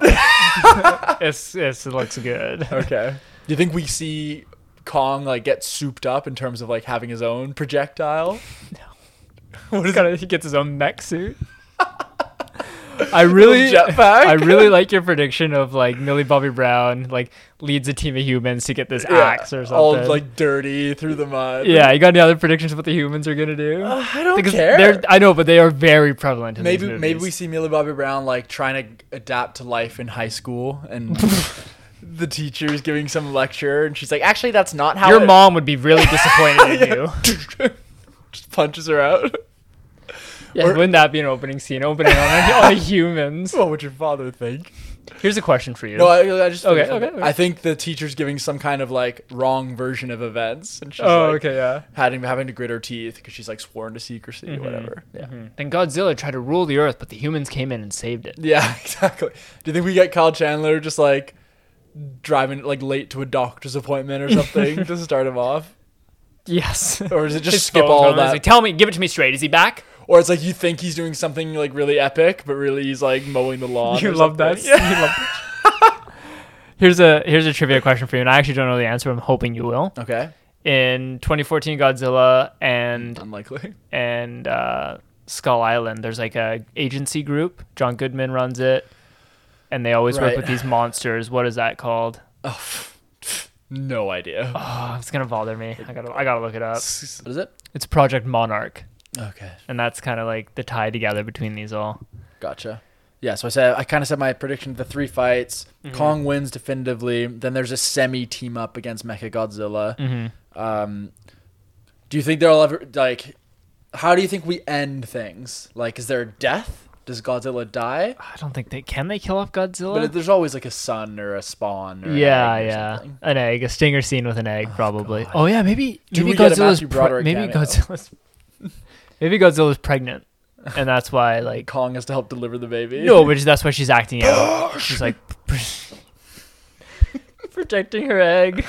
Speaker 2: it's, it's it looks good.
Speaker 1: Okay. Do you think we see Kong like get souped up in terms of like having his own projectile?
Speaker 2: What is he gets his own mech suit. I really,
Speaker 1: Little jetpack?
Speaker 2: I really like your prediction of like Millie Bobby Brown like leads a team of humans to get this axe or something.
Speaker 1: All like dirty through the mud.
Speaker 2: yeah, you got any other predictions of what the humans are gonna do?
Speaker 1: Uh, I don't
Speaker 2: Because
Speaker 1: care.
Speaker 2: they're, I know, but they are very prevalent. In these
Speaker 1: maybe maybe we
Speaker 2: movies.
Speaker 1: see Millie Bobby Brown like trying to adapt to life in high school and the teacher's giving some lecture, and she's like, "Actually, that's not how."
Speaker 2: Your
Speaker 1: it-
Speaker 2: mom would be really disappointed in you.
Speaker 1: just punches her out.
Speaker 2: Yeah,
Speaker 1: Or-
Speaker 2: wouldn't that be an opening scene? Opening on all humans.
Speaker 1: What would your father think?
Speaker 2: Here's a question for you.
Speaker 1: No, I, I just
Speaker 2: Okay,
Speaker 1: finished
Speaker 2: okay,
Speaker 1: it.
Speaker 2: okay.
Speaker 1: I think the teacher's giving some kind of like wrong version of events, and she's
Speaker 2: oh,
Speaker 1: like
Speaker 2: okay, yeah.
Speaker 1: having having to grit her teeth because she's like sworn to secrecy
Speaker 2: Mm-hmm.
Speaker 1: or whatever. Yeah.
Speaker 2: Then Godzilla tried to rule the earth, but the humans came in and saved it.
Speaker 1: Yeah, exactly. Do you think we get Kyle Chandler just like driving like late to a doctor's appointment or something to start him off?
Speaker 2: Yes.
Speaker 1: Or is it just
Speaker 2: His
Speaker 1: skip
Speaker 2: phone's
Speaker 1: all
Speaker 2: on. He's
Speaker 1: that?
Speaker 2: like, Tell me, give it to me straight. Is he back?
Speaker 1: or it's like you think he's doing something like really epic, but really he's like mowing the lawn. or something. Yeah.
Speaker 2: You love that. here's a here's a trivia question for you, and I actually don't know the answer. But I'm hoping you will.
Speaker 1: Okay.
Speaker 2: In 2014, Godzilla and
Speaker 1: Unlikely.
Speaker 2: and uh, Skull Island, there's like a agency group. John Goodman runs it, and they always work
Speaker 1: Right.
Speaker 2: with these monsters. What is that called?
Speaker 1: No idea.
Speaker 2: Oh, it's gonna bother me. I gotta I gotta look it up.
Speaker 1: What is it?
Speaker 2: It's Project Monarch,
Speaker 1: Okay.
Speaker 2: and that's kind of like the tie together between these all.
Speaker 1: Gotcha. Yeah, so I said I kind of said my prediction of the three fights.
Speaker 2: Mm-hmm.
Speaker 1: Kong wins definitively. Then there's a semi team up against Mecha
Speaker 2: Mm.
Speaker 1: Godzilla.
Speaker 2: Mm-hmm.
Speaker 1: Um, do you think they'll ever like? How do you think we end things? Like, is there a death? Does Godzilla die?
Speaker 2: I don't think they can they kill off
Speaker 1: But
Speaker 2: Godzilla.
Speaker 1: it- there's always like a son or a spawn. Or an
Speaker 2: yeah,
Speaker 1: egg or
Speaker 2: yeah,
Speaker 1: something.
Speaker 2: an egg, a stinger scene with an egg, probably. Oh yeah, maybe
Speaker 1: Do
Speaker 2: maybe
Speaker 1: we get a
Speaker 2: Godzilla's
Speaker 1: Matthew
Speaker 2: pre-
Speaker 1: Broderick
Speaker 2: maybe
Speaker 1: cameo?
Speaker 2: Godzilla's maybe Godzilla's pregnant, and that's why like
Speaker 1: Kong has to help deliver the baby.
Speaker 2: no, which that's why she's acting out. She's like protecting her egg.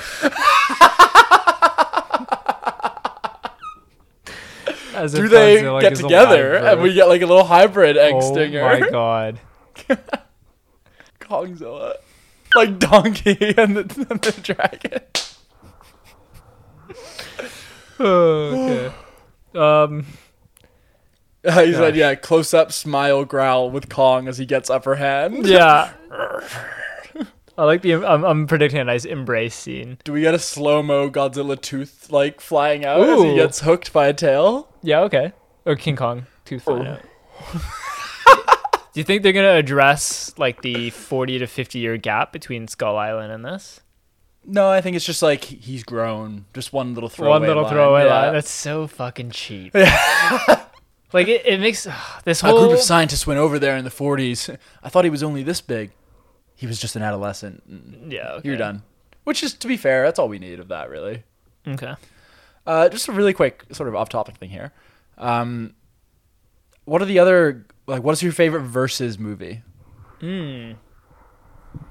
Speaker 2: As
Speaker 1: do
Speaker 2: if
Speaker 1: they
Speaker 2: Godzilla
Speaker 1: get
Speaker 2: is
Speaker 1: together
Speaker 2: alive,
Speaker 1: and we get like a little hybrid egg
Speaker 2: bro.
Speaker 1: stinger?
Speaker 2: Oh my god.
Speaker 1: Kongzilla. Like Donkey and the, and the dragon.
Speaker 2: okay. Um.
Speaker 1: he said, yeah, close up, smile, growl with Kong as he gets upper hand.
Speaker 2: Yeah. I like the. I'm, I'm predicting a nice embrace scene.
Speaker 1: Do we get a slow mo Godzilla tooth like flying out as he
Speaker 2: Ooh.
Speaker 1: gets hooked by a tail?
Speaker 2: Yeah. Okay. Or King Kong tooth flying
Speaker 1: Oh.
Speaker 2: out. Do you think they're gonna address like the 40 to 50 year gap between Skull Island and this?
Speaker 1: No, I think it's just like he's grown. Just one little throwaway
Speaker 2: One little
Speaker 1: line.
Speaker 2: throwaway
Speaker 1: yeah.
Speaker 2: line. That's so fucking cheap. like it, it makes ugh, this
Speaker 1: A
Speaker 2: whole.
Speaker 1: group of scientists went over there in the 40s. I thought he was only this big. He was just an adolescent. Mm,
Speaker 2: yeah. Okay.
Speaker 1: You're done. Which is, to be fair, that's all we need of that, really.
Speaker 2: Okay.
Speaker 1: Uh, just a really quick sort of off-topic thing here. Um, what are the other like? What is your favorite versus movie? Hmm.
Speaker 2: Mm.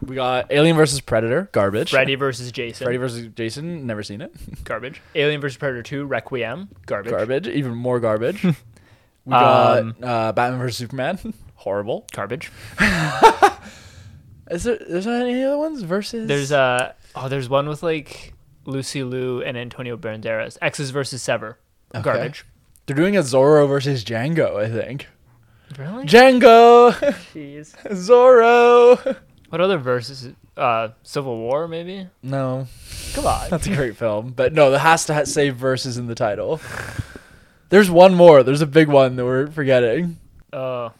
Speaker 1: We got Alien versus Predator, garbage.
Speaker 2: Freddy versus Jason.
Speaker 1: Freddy versus Jason, never seen it,
Speaker 2: Garbage. Alien versus Predator 2. Requiem. Garbage.
Speaker 1: garbage. Even more garbage. we got
Speaker 2: Um,
Speaker 1: uh, Batman versus Superman, horrible.
Speaker 2: Garbage.
Speaker 1: Is there? Is there any other ones versus?
Speaker 2: There's uh oh, there's one with like Lucy Liu and Antonio Banderas. X's versus Sever.
Speaker 1: Okay.
Speaker 2: Garbage.
Speaker 1: They're doing a Zorro versus Django, I think.
Speaker 2: Really?
Speaker 1: Django,
Speaker 2: Jeez.
Speaker 1: Zorro.
Speaker 2: What other verses? Uh, Civil War maybe.
Speaker 1: No,
Speaker 2: Come on.
Speaker 1: That's a great film, but no, that has to ha- say verses in the title. There's one more. There's a big one that we're forgetting.
Speaker 2: Oh,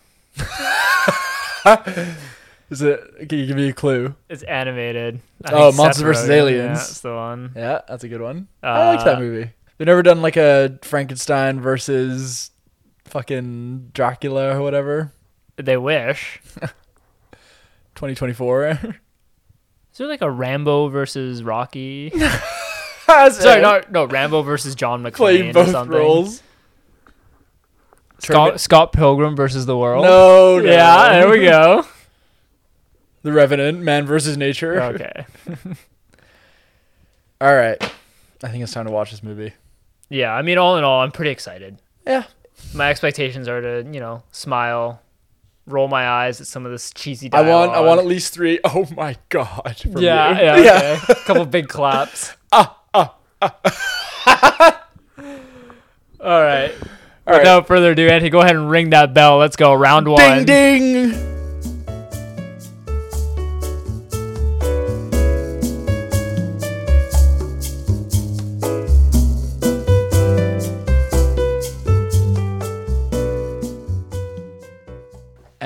Speaker 1: Is it? Can you give me a clue?
Speaker 2: it's animated. I
Speaker 1: Oh,
Speaker 2: think
Speaker 1: Monsters
Speaker 2: Seth
Speaker 1: versus
Speaker 2: Rogen,
Speaker 1: Aliens.
Speaker 2: Yeah, that's the one.
Speaker 1: Yeah, that's a good one. I liked that
Speaker 2: Uh,
Speaker 1: movie. They've never done like a Frankenstein versus fucking Dracula or whatever.
Speaker 2: They wish.
Speaker 1: 2024.
Speaker 2: Is there like a Rambo versus Rocky?
Speaker 1: That's
Speaker 2: Sorry,
Speaker 1: it.
Speaker 2: no, no, Rambo versus John McClane
Speaker 1: playing
Speaker 2: or
Speaker 1: both
Speaker 2: something.
Speaker 1: roles.
Speaker 2: Scott, Scott Pilgrim versus the World.
Speaker 1: No, no.
Speaker 2: Yeah, there we go.
Speaker 1: The Revenant, man versus nature.
Speaker 2: okay.
Speaker 1: All right, I think it's time to watch this movie.
Speaker 2: Yeah, I mean, all in all, I'm pretty excited.
Speaker 1: Yeah,
Speaker 2: my expectations are to you know smile roll my eyes at some of this cheesy
Speaker 1: I
Speaker 2: dialogue.
Speaker 1: want I want at least three. Oh my god! from
Speaker 2: yeah
Speaker 1: you.
Speaker 2: yeah, okay. a couple big claps
Speaker 1: Ah,
Speaker 2: all right
Speaker 1: All right.
Speaker 2: without further ado Anthony go ahead and ring that bell let's go round one
Speaker 1: Ding ding.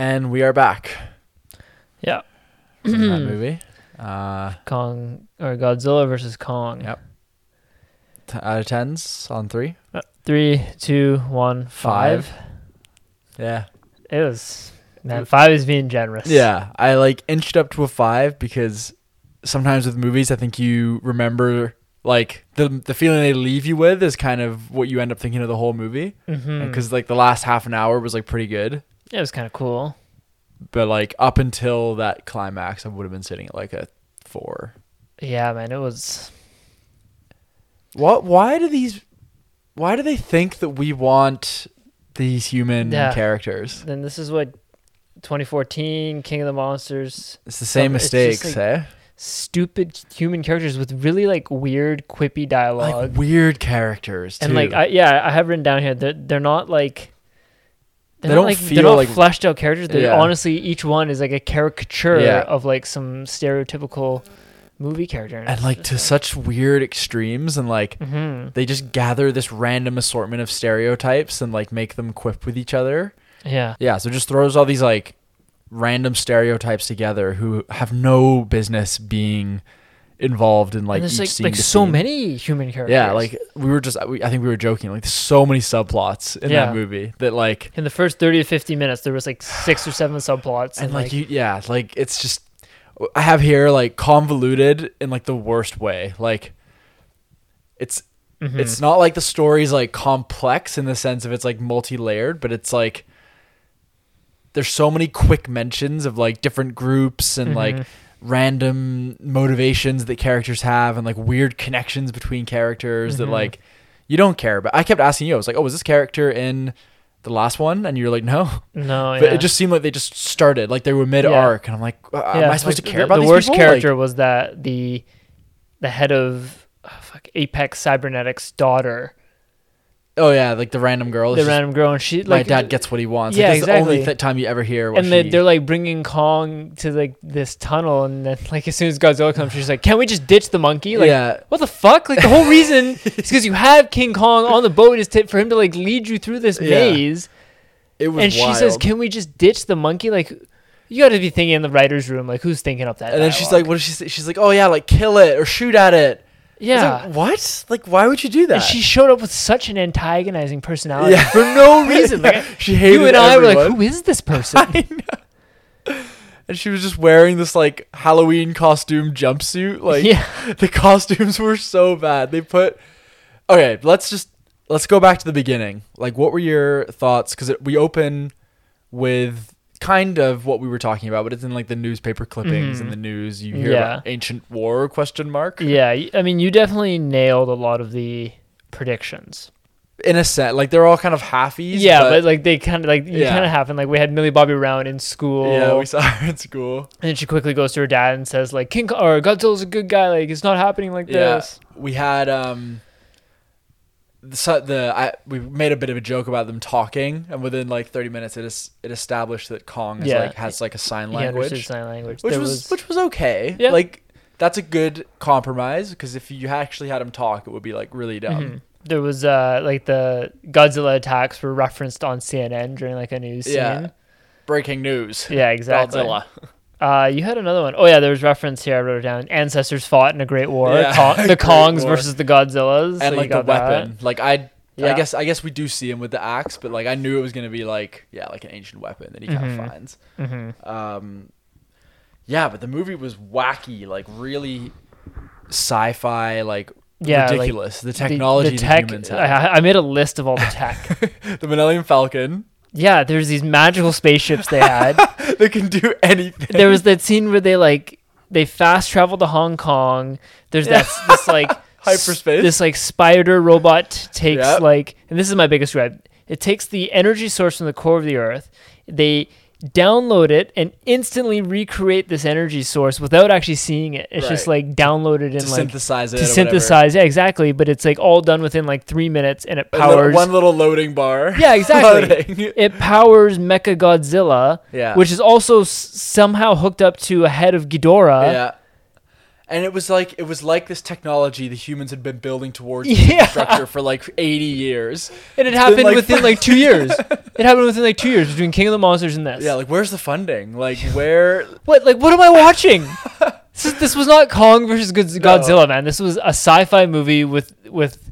Speaker 1: And we are back
Speaker 2: yeah
Speaker 1: from that movie. Uh,
Speaker 2: Kong or Godzilla versus Kong.
Speaker 1: Yep. t- out of tens on three.
Speaker 2: Three, two, one, five.
Speaker 1: Yeah.
Speaker 2: It was man. Five is being generous.
Speaker 1: Yeah, I like inched up to a five because sometimes with movies, I think you remember like the the feeling they leave you with is kind of what you end up thinking of the whole movie
Speaker 2: Mm-hmm.
Speaker 1: because like the last half an hour was like pretty good,
Speaker 2: it was kind of cool.
Speaker 1: but like up until that climax, I would have been sitting at like a four.
Speaker 2: Yeah, man. It was.
Speaker 1: What? Why do these? Why do they think that we want these human
Speaker 2: Yeah.
Speaker 1: characters?
Speaker 2: Then this is what 2014 King of the Monsters.
Speaker 1: It's the same
Speaker 2: It's just,
Speaker 1: mistakes,
Speaker 2: like,
Speaker 1: eh?
Speaker 2: Stupid human characters with really like weird quippy dialogue.
Speaker 1: Like weird characters too.
Speaker 2: and like I, yeah, I have written down here that they're not like
Speaker 1: They
Speaker 2: they're not
Speaker 1: don't
Speaker 2: like
Speaker 1: feel
Speaker 2: they're not
Speaker 1: like-
Speaker 2: fleshed out characters. They
Speaker 1: Yeah.
Speaker 2: honestly each one is like a caricature
Speaker 1: Yeah.
Speaker 2: of like some stereotypical movie character.
Speaker 1: and like to such weird extremes and like
Speaker 2: hmm
Speaker 1: they just gather this random assortment of stereotypes and like make them quip with each other.
Speaker 2: yeah,
Speaker 1: Yeah, so it just throws all these like random stereotypes together who have no business being involved in like
Speaker 2: and
Speaker 1: each
Speaker 2: there's like
Speaker 1: scene
Speaker 2: like
Speaker 1: to
Speaker 2: so
Speaker 1: scene.
Speaker 2: many human characters.
Speaker 1: Yeah, like we were just we, I think we were joking like there's so many subplots in
Speaker 2: Yeah.
Speaker 1: that movie that like
Speaker 2: in the first thirty to fifty minutes, there was like six or seven subplots, and,
Speaker 1: and like you yeah, like it's just I have here like convoluted in like the worst way. Like it's
Speaker 2: Mhm.
Speaker 1: it's not like the story's like complex in the sense of it's like multi-layered but it's like there's so many quick mentions of like different groups and
Speaker 2: Mhm.
Speaker 1: like random motivations that characters have and like weird connections between characters
Speaker 2: Mhm.
Speaker 1: that like you don't care about i kept asking you i was like oh was this character in the last one and you were like no
Speaker 2: no,
Speaker 1: but
Speaker 2: Oh, yeah.
Speaker 1: it just seemed like they just started like they were mid-arc and i'm like uh,
Speaker 2: Yeah,
Speaker 1: am i supposed
Speaker 2: like,
Speaker 1: to care
Speaker 2: the,
Speaker 1: about
Speaker 2: the
Speaker 1: these
Speaker 2: worst
Speaker 1: people? Like,
Speaker 2: character was that the the head of oh, fuck, Apex Cybernetics' daughter,
Speaker 1: oh yeah like the random girl
Speaker 2: the
Speaker 1: is just
Speaker 2: random girl, and she
Speaker 1: my
Speaker 2: like
Speaker 1: dad gets what he wants.
Speaker 2: yeah,
Speaker 1: like, that's the
Speaker 2: exactly.
Speaker 1: only th- time you ever hear. What
Speaker 2: and they,
Speaker 1: she-
Speaker 2: they're like bringing Kong to like this tunnel, and then like as soon as Godzilla comes, she's like, "Can we just ditch the monkey?" Like,
Speaker 1: yeah,
Speaker 2: what the fuck? Like the whole reason is because you have King Kong on the boat is to, for him to like lead you through this
Speaker 1: Yeah.
Speaker 2: maze,
Speaker 1: it was.
Speaker 2: and she says,
Speaker 1: wild.
Speaker 2: "Can we just ditch the monkey?" Like, you got to be thinking in the writers' room, like who's thinking up that?
Speaker 1: and then she's
Speaker 2: dialogue?
Speaker 1: like, "What does she say?" She's like, "Oh yeah, like kill it or shoot at it." I was
Speaker 2: "Yeah."
Speaker 1: like, what? Like, why would you do that?
Speaker 2: And she showed up with such an antagonizing personality
Speaker 1: Yeah.
Speaker 2: for no reason. Like,
Speaker 1: she hated
Speaker 2: you and I were like,
Speaker 1: everyone.
Speaker 2: who is this person?
Speaker 1: I know. And she was just wearing this like Halloween costume jumpsuit. Like
Speaker 2: yeah.
Speaker 1: the costumes were so bad. They put Okay, let's just let's go back to the beginning. Like what were your thoughts cuz we open with kind of what we were talking about, but it's in like the newspaper clippings
Speaker 2: Mhm.
Speaker 1: and the news you hear about ancient war question mark.
Speaker 2: Yeah. y- I mean, you definitely nailed a lot of the predictions.
Speaker 1: In a set, like they're all kind of halfies.
Speaker 2: yeah, but, like they kind of like you
Speaker 1: Yeah.
Speaker 2: kind of happen. Like we had Millie Bobby Brown in school,
Speaker 1: yeah, we saw her in school.
Speaker 2: and then she quickly goes to her dad and says like King Ko- or Godzilla's a good guy. Like it's not happening like
Speaker 1: Yeah.
Speaker 2: this.
Speaker 1: we had um the, so- the I, we made a bit of a joke about them talking and within like 30 minutes it is it established that kong is
Speaker 2: Yeah.
Speaker 1: like has like a sign
Speaker 2: He understood
Speaker 1: language
Speaker 2: sign language.
Speaker 1: which
Speaker 2: There
Speaker 1: was,
Speaker 2: was,
Speaker 1: which was okay
Speaker 2: Yeah.
Speaker 1: like that's a good compromise because if you actually had him talk it would be like really dumb
Speaker 2: Mhm. There was uh like the Godzilla attacks were referenced on CNN during like a news
Speaker 1: Yeah.
Speaker 2: scene.
Speaker 1: breaking news
Speaker 2: Mm-hmm. Yeah, exactly.
Speaker 1: Godzilla.
Speaker 2: Uh, you had another one. Oh yeah, there was reference here. I wrote it down. Ancestors fought in a great war.
Speaker 1: Yeah,
Speaker 2: Kong- the
Speaker 1: Great
Speaker 2: Kongs
Speaker 1: War.
Speaker 2: versus the Godzillas. so
Speaker 1: and
Speaker 2: you
Speaker 1: like the
Speaker 2: got that.
Speaker 1: weapon like i
Speaker 2: Yeah.
Speaker 1: i guess i guess we do see him with the axe but like i knew it was gonna be like yeah like an ancient weapon that he kind of
Speaker 2: Mhm.
Speaker 1: finds
Speaker 2: Mhm.
Speaker 1: um yeah but the movie was wacky like really sci-fi like
Speaker 2: Yeah, like,
Speaker 1: ridiculous the
Speaker 2: The-
Speaker 1: technology
Speaker 2: the
Speaker 1: that
Speaker 2: tech.
Speaker 1: humans have
Speaker 2: I, I made a list of all the tech.
Speaker 1: the millennium falcon
Speaker 2: yeah, there's these magical spaceships they had.
Speaker 1: that can do anything
Speaker 2: there was that scene where they like they fast travel to Hong Kong. There's that this like s-
Speaker 1: Hyperspace.
Speaker 2: This like spider robot takes
Speaker 1: Yep.
Speaker 2: like, and this is my biggest gripe. It takes the energy source from the core of the Earth. They download it and instantly recreate this energy source without actually seeing it. It's just
Speaker 1: Right.
Speaker 2: like downloaded
Speaker 1: to
Speaker 2: and like
Speaker 1: synthesize it or
Speaker 2: to
Speaker 1: whatever.
Speaker 2: synthesize. Yeah, exactly. But it's like all done within like three minutes, and it
Speaker 1: A little-
Speaker 2: powers.
Speaker 1: one little loading bar
Speaker 2: yeah, exactly.
Speaker 1: Loading.
Speaker 2: It powers Mecha Godzilla,
Speaker 1: yeah
Speaker 2: which is also s- somehow hooked up to a head of Ghidorah.
Speaker 1: yeah and it was like it was like this technology the humans had been building towards
Speaker 2: Yeah.
Speaker 1: the structure for like 80 years
Speaker 2: And it
Speaker 1: been,
Speaker 2: happened
Speaker 1: like,
Speaker 2: within like two years. It happened within like two years between King of the Monsters and this.
Speaker 1: yeah like where's the funding like where
Speaker 2: what? Like, what am I watching? This, is, this was not Kong versus Godz- Godzilla, man. This was a sci-fi movie with with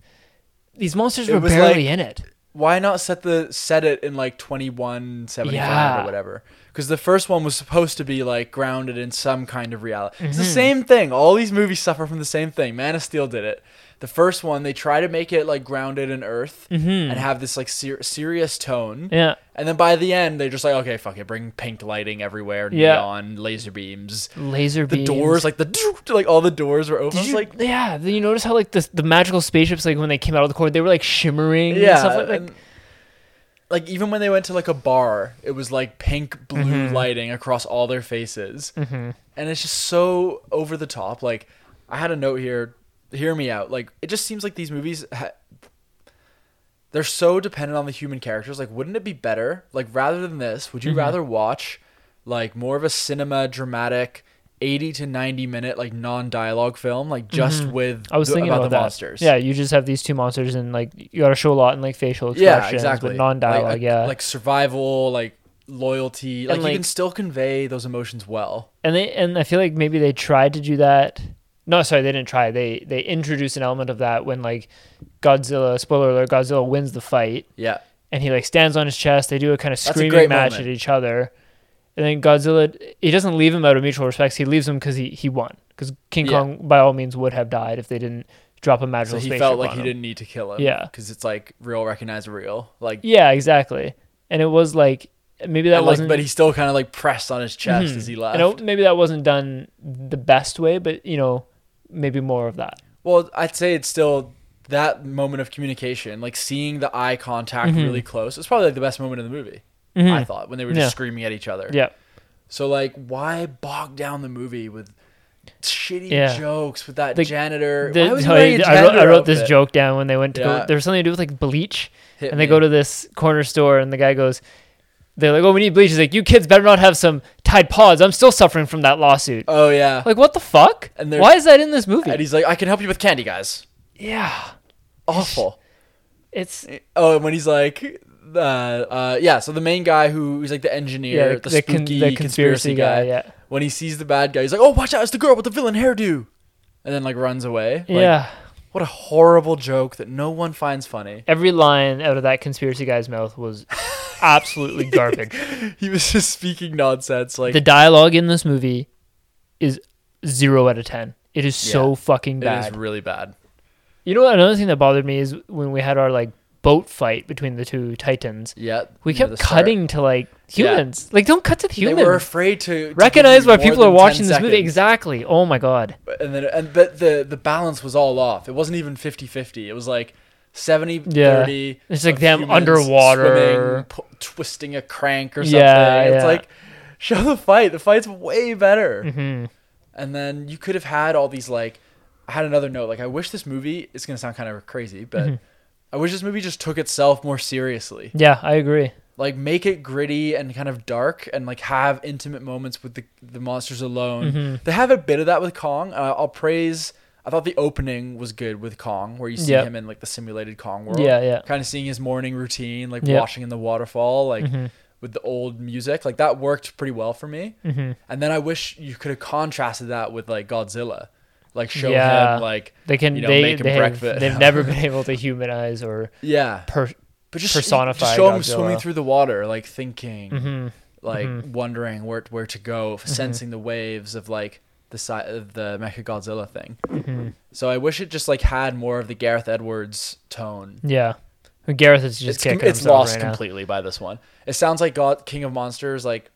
Speaker 2: these monsters
Speaker 1: It
Speaker 2: were
Speaker 1: was like-
Speaker 2: barely in it.
Speaker 1: Why not set the set it in like twenty one seventy five
Speaker 2: Yeah.
Speaker 1: or whatever? Because the first one was supposed to be like grounded in some kind of reality. It's
Speaker 2: Mm-hmm.
Speaker 1: the same thing. All these movies suffer from the same thing. Man of Steel did it. The first one they try to make it like grounded in Earth
Speaker 2: Mm-hmm.
Speaker 1: and have this like ser- serious tone.
Speaker 2: Yeah,
Speaker 1: And then by the end, they're just like, okay, fuck it, bring pink lighting everywhere,
Speaker 2: Yeah.
Speaker 1: neon, laser beams,
Speaker 2: laser
Speaker 1: the
Speaker 2: beams.
Speaker 1: doors, like the like all the doors were open.
Speaker 2: Did
Speaker 1: It's
Speaker 2: you,
Speaker 1: like,
Speaker 2: yeah, then you notice how like the the magical spaceships like when they came out of the core they were like shimmering
Speaker 1: yeah,
Speaker 2: and stuff like that.
Speaker 1: and, like even when they went to like a bar, it was like pink blue
Speaker 2: Mm-hmm.
Speaker 1: lighting across all their faces, mm-hmm. and it's just so over the top. Like, I had a note here. Hear me out. Like, it just seems like these movies. Ha- they're so dependent on the human characters. Like, wouldn't it be better? Like, rather than this, would you
Speaker 2: Mm-hmm.
Speaker 1: rather watch like more of a cinema dramatic, eighty to ninety minute like non dialogue film, like just with
Speaker 2: Mm-hmm. I was
Speaker 1: the-
Speaker 2: thinking
Speaker 1: about,
Speaker 2: about,
Speaker 1: the
Speaker 2: that.
Speaker 1: monsters?
Speaker 2: Yeah, you just have these two monsters and like you gotta show a lot in like facial expressions,
Speaker 1: yeah, exactly.
Speaker 2: but non-dialogue.
Speaker 1: like,
Speaker 2: yeah,
Speaker 1: like survival, like loyalty. Like,
Speaker 2: And,
Speaker 1: you
Speaker 2: like-
Speaker 1: can still convey those emotions well.
Speaker 2: and they and I feel like maybe they tried to do that. No, sorry, they didn't try. They they introduced an element of that when like Godzilla, spoiler alert, Godzilla wins the fight
Speaker 1: Yeah,
Speaker 2: and he like stands on his chest. They do a kind of
Speaker 1: a
Speaker 2: screaming
Speaker 1: great
Speaker 2: match
Speaker 1: moment.
Speaker 2: at each other, and then Godzilla he doesn't leave him out of mutual respects. He leaves him because he he won because King
Speaker 1: Yeah.
Speaker 2: Kong by all means would have died if they didn't drop a
Speaker 1: so
Speaker 2: magical.
Speaker 1: he
Speaker 2: spaceship
Speaker 1: felt like
Speaker 2: on
Speaker 1: he
Speaker 2: him.
Speaker 1: didn't need to kill him.
Speaker 2: Yeah.
Speaker 1: because it's like real recognize real. Like
Speaker 2: Yeah, exactly. And it was like maybe that
Speaker 1: and, like,
Speaker 2: wasn't.
Speaker 1: but he still kind of like pressed on his chest as he
Speaker 2: I
Speaker 1: left.
Speaker 2: know maybe that wasn't done the best way, but you know, maybe more of that.
Speaker 1: Well, I'd say it's still that moment of communication, like seeing the eye contact
Speaker 2: Mm-hmm.
Speaker 1: really close. It's probably like the best moment in the movie. I thought when they were just
Speaker 2: Yeah.
Speaker 1: screaming at each other.
Speaker 2: Yeah.
Speaker 1: So like, why bog down the movie with shitty
Speaker 2: Yeah.
Speaker 1: jokes with that
Speaker 2: The-
Speaker 1: janitor?
Speaker 2: The-
Speaker 1: why was he
Speaker 2: oh,
Speaker 1: wearing a
Speaker 2: I, wrote, I
Speaker 1: janitor
Speaker 2: wrote this
Speaker 1: outfit?
Speaker 2: joke down when they went to
Speaker 1: Yeah.
Speaker 2: go. There was something to do with like bleach,
Speaker 1: Hit
Speaker 2: and they
Speaker 1: me.
Speaker 2: go to this corner store, and the guy goes, "They're like, oh, we need bleach." He's like, "You kids better not have some Tide Pods. I'm still suffering from that lawsuit."
Speaker 1: Oh yeah.
Speaker 2: like, what the fuck?
Speaker 1: And
Speaker 2: And
Speaker 1: there's-
Speaker 2: Why is that in this movie?
Speaker 1: And he's like, I can help you with candy, guys.
Speaker 2: yeah,
Speaker 1: Awful.
Speaker 2: it's
Speaker 1: Oh, and when he's like, uh, uh, yeah, so the main guy who is like the engineer,
Speaker 2: yeah,
Speaker 1: the,
Speaker 2: the,
Speaker 1: spooky
Speaker 2: con- the
Speaker 1: conspiracy, guy,
Speaker 2: Yeah,
Speaker 1: when he sees the bad guy, he's like, oh, watch out, it's the girl with the villain hairdo. And then like runs away. Like,
Speaker 2: yeah.
Speaker 1: What a horrible joke that no one finds funny.
Speaker 2: Every line out of that conspiracy guy's mouth was absolutely garbage.
Speaker 1: He was just speaking nonsense. Like,
Speaker 2: the dialogue in this movie is zero out of ten. It is
Speaker 1: Yeah.
Speaker 2: so fucking
Speaker 1: it is
Speaker 2: bad.
Speaker 1: really bad.
Speaker 2: you know what? Another thing that bothered me is when we had our like boat fight between the two titans.
Speaker 1: Yeah.
Speaker 2: We
Speaker 1: near the
Speaker 2: kept
Speaker 1: start.
Speaker 2: cutting to like
Speaker 1: Yeah.
Speaker 2: humans. Like, don't cut to the
Speaker 1: They
Speaker 2: humans.
Speaker 1: were afraid to, to
Speaker 2: Recognize
Speaker 1: give
Speaker 2: why
Speaker 1: you
Speaker 2: people
Speaker 1: more
Speaker 2: are
Speaker 1: than
Speaker 2: watching
Speaker 1: 10
Speaker 2: this movie.
Speaker 1: seconds.
Speaker 2: Exactly. Oh my god.
Speaker 1: and then and but the the balance was all off it wasn't even 50 50 it was like 70
Speaker 2: Yeah.
Speaker 1: 30
Speaker 2: It's like
Speaker 1: of
Speaker 2: them
Speaker 1: humans
Speaker 2: underwater.
Speaker 1: swimming, pu- twisting a crank or something
Speaker 2: Yeah,
Speaker 1: it's
Speaker 2: yeah.
Speaker 1: like show the fight the fight's way better
Speaker 2: Mm-hmm.
Speaker 1: and then you could have had all these like i had another note like i wish this movie it's gonna sound kind of crazy but
Speaker 2: Mm-hmm.
Speaker 1: i wish this movie just took itself more seriously
Speaker 2: Yeah, I agree.
Speaker 1: like make it gritty and kind of dark and like have intimate moments with the, the monsters alone
Speaker 2: Mm-hmm.
Speaker 1: they have a bit of that with kong uh, i'll praise i thought the opening was good with kong where you see
Speaker 2: Yep.
Speaker 1: him in like the simulated kong world
Speaker 2: Yeah, yeah.
Speaker 1: kind of seeing his morning routine like
Speaker 2: Yep. Mm-hmm.
Speaker 1: washing in the waterfall like with the old music like that worked pretty well for me
Speaker 2: Mm-hmm.
Speaker 1: and then i wish you could have contrasted that with like godzilla like show
Speaker 2: Yeah.
Speaker 1: him like
Speaker 2: They can.
Speaker 1: you know,
Speaker 2: they.
Speaker 1: make him
Speaker 2: They have,
Speaker 1: breakfast.
Speaker 2: they've never been able to humanize or
Speaker 1: yeah
Speaker 2: per.
Speaker 1: but just
Speaker 2: personify
Speaker 1: just show him
Speaker 2: Godzilla. Mm-hmm.
Speaker 1: swimming through the water, like thinking, like wondering where where to go, sensing the waves of like the side of the Mechagodzilla thing.
Speaker 2: Mm-hmm.
Speaker 1: So I wish it just like had more of the Gareth Edwards tone.
Speaker 2: Yeah. Gareth is just
Speaker 1: it's com-
Speaker 2: kicking
Speaker 1: it's
Speaker 2: himself
Speaker 1: lost
Speaker 2: right now.
Speaker 1: completely by this one. It sounds like God King of Monsters like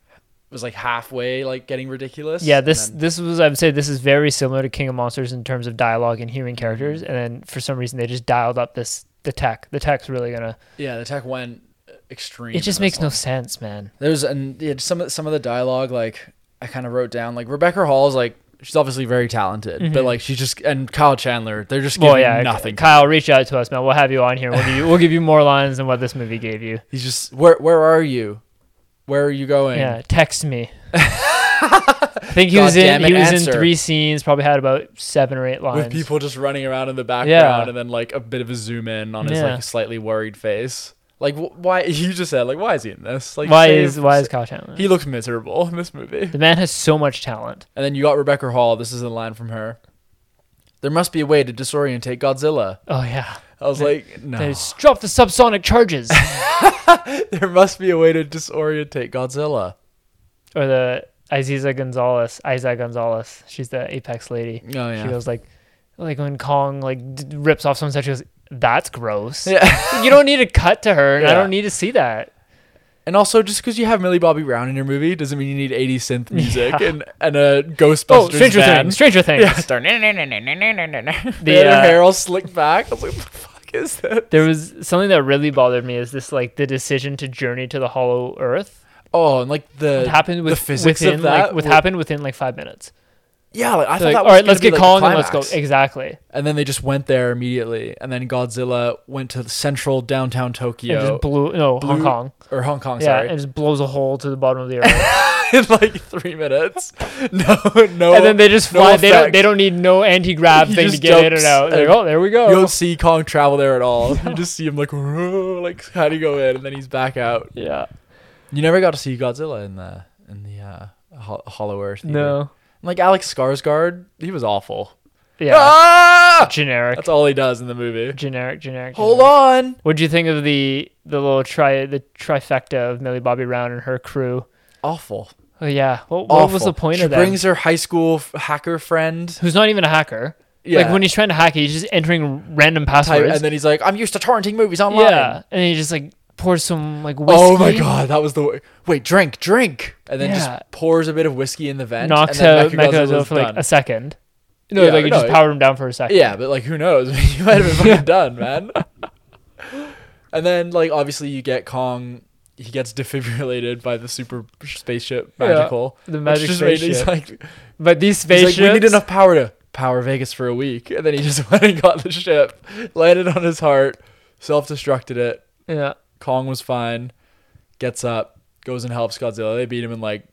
Speaker 1: was like halfway like getting ridiculous.
Speaker 2: Yeah,
Speaker 1: and
Speaker 2: this
Speaker 1: then-
Speaker 2: this was I would say this is very similar to King of Monsters in terms of dialogue and human characters,
Speaker 1: Mm-hmm.
Speaker 2: and then for some reason they just dialed up this the tech. The tech's really gonna.
Speaker 1: yeah, the attack went extreme.
Speaker 2: It just
Speaker 1: in this
Speaker 2: makes no sense, man.
Speaker 1: There's and yeah, some of some of the dialogue like I kind of wrote down like Rebecca Hall is like she's obviously very talented, but like she's just and Kyle Chandler they're just giving
Speaker 2: Mm-hmm. Well, yeah,
Speaker 1: nothing.
Speaker 2: Kyle, reach out to us, man. We'll have you on here. We'll give you we'll give you more lines than what this movie gave you.
Speaker 1: He's just where where are you? Where are you going?
Speaker 2: Yeah, text me. I think he
Speaker 1: God
Speaker 2: was
Speaker 1: damn
Speaker 2: in
Speaker 1: it,
Speaker 2: he was
Speaker 1: answer.
Speaker 2: in three scenes, probably had about seven or eight lines.
Speaker 1: With people just running around in the background
Speaker 2: Yeah.
Speaker 1: and then like a bit of a zoom in on his
Speaker 2: Yeah.
Speaker 1: like slightly worried face. Like wh- why you just said like why is he in this? Like
Speaker 2: why
Speaker 1: save-
Speaker 2: is why is Kyle Chandler?
Speaker 1: he looks miserable in this movie?
Speaker 2: the man has so much talent.
Speaker 1: And then you got Rebecca Hall. This is a line from her. There must be a way to disorientate Godzilla.
Speaker 2: Oh yeah,
Speaker 1: I was like, no.
Speaker 2: They just drop the subsonic charges
Speaker 1: There must be a way to disorientate Godzilla.
Speaker 2: or the Aziza Gonzalez, Isa Gonzalez. She's the apex lady.
Speaker 1: Oh
Speaker 2: She
Speaker 1: yeah.
Speaker 2: goes like, like when Kong like d- rips off someone's head, she goes, "That's gross."
Speaker 1: Yeah.
Speaker 2: you don't need to cut to her. and I
Speaker 1: Yeah.
Speaker 2: don't need to see that.
Speaker 1: And also, just because you have Millie Bobby Brown in your movie doesn't mean you need 80 synth music
Speaker 2: Yeah.
Speaker 1: and, and a Ghostbusters
Speaker 2: Oh, Stranger
Speaker 1: band.
Speaker 2: Things. Stranger Things.
Speaker 1: They had
Speaker 2: The,
Speaker 1: her
Speaker 2: uh,
Speaker 1: hair all slicked back. I was like, what the fuck is that?
Speaker 2: there was something that really bothered me is this like the decision to journey to the hollow earth
Speaker 1: Oh, and like
Speaker 2: it
Speaker 1: the
Speaker 2: happened with
Speaker 1: the physics
Speaker 2: within
Speaker 1: of that.
Speaker 2: like with
Speaker 1: were-
Speaker 2: happened within like five minutes
Speaker 1: Yeah, like, I thought
Speaker 2: like,
Speaker 1: that
Speaker 2: all
Speaker 1: was
Speaker 2: right let's
Speaker 1: gonna be,
Speaker 2: get
Speaker 1: like,
Speaker 2: calling
Speaker 1: the
Speaker 2: and let's go
Speaker 1: climax.
Speaker 2: exactly
Speaker 1: And then they just went there immediately. And then Godzilla went to central downtown
Speaker 2: and
Speaker 1: Tokyo
Speaker 2: just blew no hong
Speaker 1: Blew-
Speaker 2: kong
Speaker 1: or Hong Kong.
Speaker 2: yeah
Speaker 1: Sorry,
Speaker 2: and just blows a hole to the bottom of the earth
Speaker 1: in like three minutes. No, no.
Speaker 2: and then they just
Speaker 1: no
Speaker 2: fly they don't
Speaker 1: effect.
Speaker 2: they don't need no anti-grab
Speaker 1: He
Speaker 2: thing to
Speaker 1: just
Speaker 2: get in and
Speaker 1: jumps
Speaker 2: out They're like
Speaker 1: and
Speaker 2: oh there we
Speaker 1: you
Speaker 2: go
Speaker 1: don't see Kong travel there at all. You just see him like, "Whoa," like how do you go in, and then he's back out.
Speaker 2: yeah
Speaker 1: You never got to see Godzilla in the in the uh, Hol- Hollow Earth. either.
Speaker 2: no
Speaker 1: like Alex Skarsgård, he was awful.
Speaker 2: yeah
Speaker 1: Ah!
Speaker 2: generic
Speaker 1: That's all he does in the movie.
Speaker 2: generic generic
Speaker 1: Hold
Speaker 2: generic.
Speaker 1: on.
Speaker 2: what'd you think of the the little tri the trifecta of millie bobby brown and her crew
Speaker 1: Awful.
Speaker 2: oh yeah what, what
Speaker 1: Awful.
Speaker 2: was the point
Speaker 1: she
Speaker 2: of that
Speaker 1: brings her high school f- hacker friend.
Speaker 2: who's not even a hacker.
Speaker 1: Yeah.
Speaker 2: Like when he's trying to hack it, he's just entering random
Speaker 1: Type,
Speaker 2: passwords.
Speaker 1: and then he's like, I'm used to torrenting movies online.
Speaker 2: yeah, and then he just like pours some like whiskey.
Speaker 1: Oh my god, that was the way. Wait, drink, drink, and then
Speaker 2: Yeah.
Speaker 1: just pours a bit of whiskey in the vent.
Speaker 2: Knocks out
Speaker 1: and then
Speaker 2: Mechagodzilla
Speaker 1: Mechagodzilla's
Speaker 2: for like
Speaker 1: done.
Speaker 2: a second. No,
Speaker 1: Yeah,
Speaker 2: like you
Speaker 1: no,
Speaker 2: just
Speaker 1: it-
Speaker 2: powered him down for a second.
Speaker 1: Yeah, but like who knows? you might have been fucking done, man. and then like obviously you get Kong. He gets defibrillated by the super spaceship
Speaker 2: Yeah,
Speaker 1: magical.
Speaker 2: the
Speaker 1: which
Speaker 2: magic
Speaker 1: just made- he's
Speaker 2: spaceship.
Speaker 1: like,
Speaker 2: But these
Speaker 1: he's
Speaker 2: spaceships,
Speaker 1: like, we need enough power to power Vegas for a week, and then he just went and got the ship, landed on his heart, self-destructed it.
Speaker 2: Yeah,
Speaker 1: Kong was fine. Gets up, goes and helps Godzilla. They beat him in like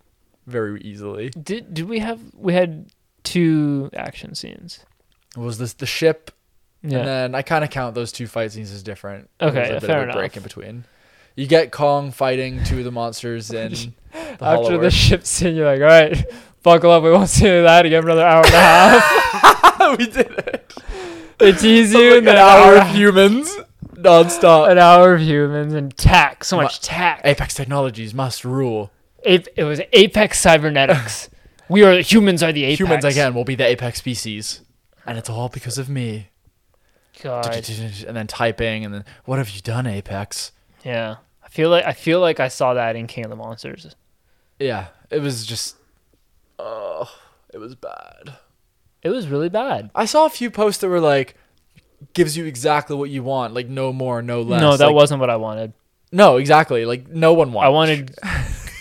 Speaker 1: very easily.
Speaker 2: did did we have we had two action scenes?
Speaker 1: It was this the ship, and
Speaker 2: Yeah,
Speaker 1: then I kind of count those two fight scenes as different.
Speaker 2: Okay,
Speaker 1: There's a
Speaker 2: yeah,
Speaker 1: bit
Speaker 2: fair
Speaker 1: of a
Speaker 2: enough.
Speaker 1: break in between. You get Kong fighting two of the monsters in the
Speaker 2: after
Speaker 1: Hollow
Speaker 2: the
Speaker 1: Earth.
Speaker 2: ship scene, you're like, all right, buckle up, we won't see that again for another hour and a half.
Speaker 1: we did it.
Speaker 2: It teases you,
Speaker 1: Like
Speaker 2: and
Speaker 1: an
Speaker 2: then
Speaker 1: hour of humans nonstop.
Speaker 2: an hour of humans and tack, so much tack.
Speaker 1: Apex Technologies must rule.
Speaker 2: Ape, it was Apex Cybernetics. we are humans are the apex.
Speaker 1: Humans again will be the apex species, and it's all because of me.
Speaker 2: God.
Speaker 1: And then typing, and then what have you done, Apex?
Speaker 2: Yeah. I feel like I feel like I saw that in King of the Monsters.
Speaker 1: Yeah, it was just, oh, it was bad.
Speaker 2: It was really bad.
Speaker 1: I saw a few posts that were like, gives you exactly what you want, like no more, no less.
Speaker 2: no, that
Speaker 1: Like,
Speaker 2: wasn't what I wanted.
Speaker 1: no, exactly. Like no one wants.
Speaker 2: I wanted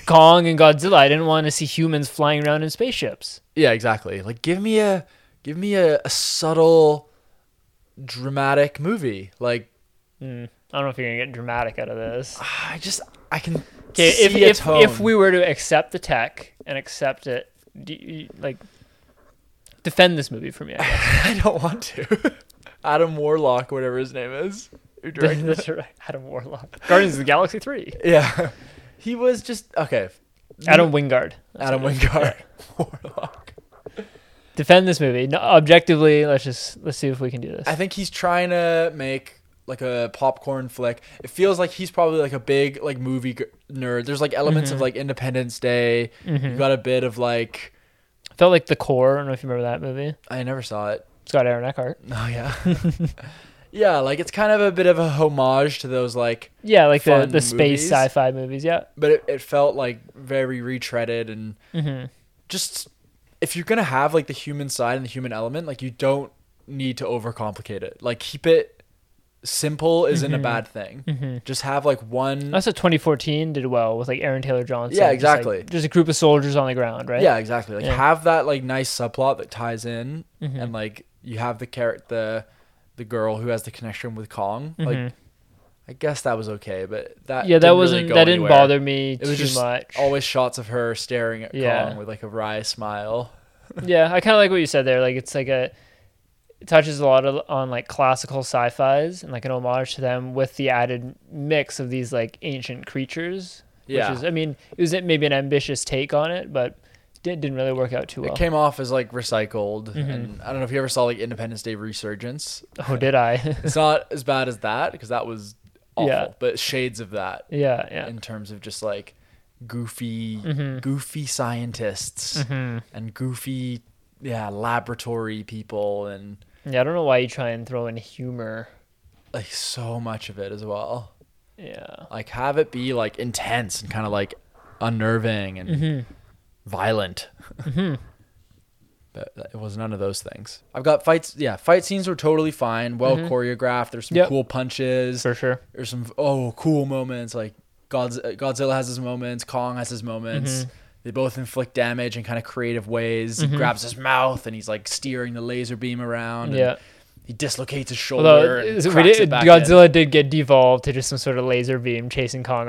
Speaker 2: Kong and Godzilla. I didn't want to see humans flying around in spaceships.
Speaker 1: Yeah, exactly. Like give me a, give me a, a subtle, dramatic movie. Like
Speaker 2: Mm. I don't know if you're gonna get dramatic out of this.
Speaker 1: I just I can.
Speaker 2: Okay, if
Speaker 1: see a
Speaker 2: if,
Speaker 1: tone.
Speaker 2: if we were to accept the tech and accept it, do you, like defend this movie for me. I guess.
Speaker 1: I don't want to. Adam Warlock, whatever his name is, who directed
Speaker 2: That's right. Adam Warlock, Guardians of the Galaxy three.
Speaker 1: Yeah. He was just okay.
Speaker 2: Adam Wingard. That's
Speaker 1: Mm. Adam
Speaker 2: what it is.
Speaker 1: Wingard. Warlock.
Speaker 2: Defend this movie. No, objectively, let's just let's see if we can do this.
Speaker 1: I think he's trying to make like a popcorn flick. It feels like he's probably like a big like movie g- nerd. There's like elements
Speaker 2: Mhm.
Speaker 1: of like Independence Day. You
Speaker 2: Mhm.
Speaker 1: got a bit of like
Speaker 2: Felt like the core. I don't know if you remember that movie.
Speaker 1: I never saw it.
Speaker 2: It's got Aaron Eckhart.
Speaker 1: Oh yeah. yeah, like it's kind of a bit of a homage to those like
Speaker 2: Yeah, like the,
Speaker 1: Fun
Speaker 2: the space
Speaker 1: movies.
Speaker 2: sci-fi movies. Yeah.
Speaker 1: but it, it felt like very retreaded and
Speaker 2: hmm
Speaker 1: just if you're gonna have like the human side and the human element, like you don't need to overcomplicate it. Like keep it simple isn't
Speaker 2: Mhm.
Speaker 1: a bad thing.
Speaker 2: hmm
Speaker 1: Just have like one.
Speaker 2: Also, 2014 did well with like Aaron Taylor Johnson.
Speaker 1: Mm-hmm. Yeah,
Speaker 2: Just, like,
Speaker 1: exactly.
Speaker 2: Just a group of soldiers on the ground, right?
Speaker 1: Yeah, exactly. Like
Speaker 2: Yeah.
Speaker 1: have that like nice subplot that ties in,
Speaker 2: Mhm.
Speaker 1: and like you have the character, the the girl who has the connection with Kong. Like
Speaker 2: Mhm.
Speaker 1: I guess that was okay, but that
Speaker 2: yeah, that
Speaker 1: didn't
Speaker 2: wasn't
Speaker 1: really go
Speaker 2: that didn't
Speaker 1: anywhere.
Speaker 2: bother me
Speaker 1: It was
Speaker 2: too
Speaker 1: just
Speaker 2: much.
Speaker 1: Always shots of her staring at
Speaker 2: Yeah.
Speaker 1: Kong with like a wry smile.
Speaker 2: yeah, I kind of like what you said there. Like it's like a It touches a lot of, on like classical sci-fi's and like an homage to them with the added mix of these like ancient creatures.
Speaker 1: Yeah.
Speaker 2: Which is, I mean, it was maybe an ambitious take on it, but it did- didn't really work out too well.
Speaker 1: It came off as like recycled, and I don't know if you ever saw like Independence Day Resurgence.
Speaker 2: oh, did I?
Speaker 1: It's not as bad as that because that was awful,
Speaker 2: Yeah.
Speaker 1: but shades of that
Speaker 2: yeah, yeah.
Speaker 1: in terms of just like goofy, goofy scientists and goofy, yeah, laboratory people, and
Speaker 2: Yeah, I don't know why you try and throw in humor.
Speaker 1: like so much of it as well.
Speaker 2: Yeah.
Speaker 1: Like have it be like intense and kind of like unnerving and
Speaker 2: Mm-hmm.
Speaker 1: violent. But it was none of those things. I've got fights. Yeah, fight scenes were totally fine, well choreographed. There's some
Speaker 2: Mm-hmm. Yep.
Speaker 1: cool punches.
Speaker 2: For sure.
Speaker 1: there's some oh cool moments like God's, Godzilla has his moments, Kong has his moments.
Speaker 2: Mm-hmm.
Speaker 1: They both inflict damage in kind of creative ways. He grabs his mouth and he's like steering the laser beam around. and
Speaker 2: Yeah.
Speaker 1: he dislocates his shoulder.
Speaker 2: Although
Speaker 1: and
Speaker 2: is- we
Speaker 1: cracks
Speaker 2: did,
Speaker 1: it back in.
Speaker 2: Godzilla did get devolved to just some sort of laser beam chasing Kong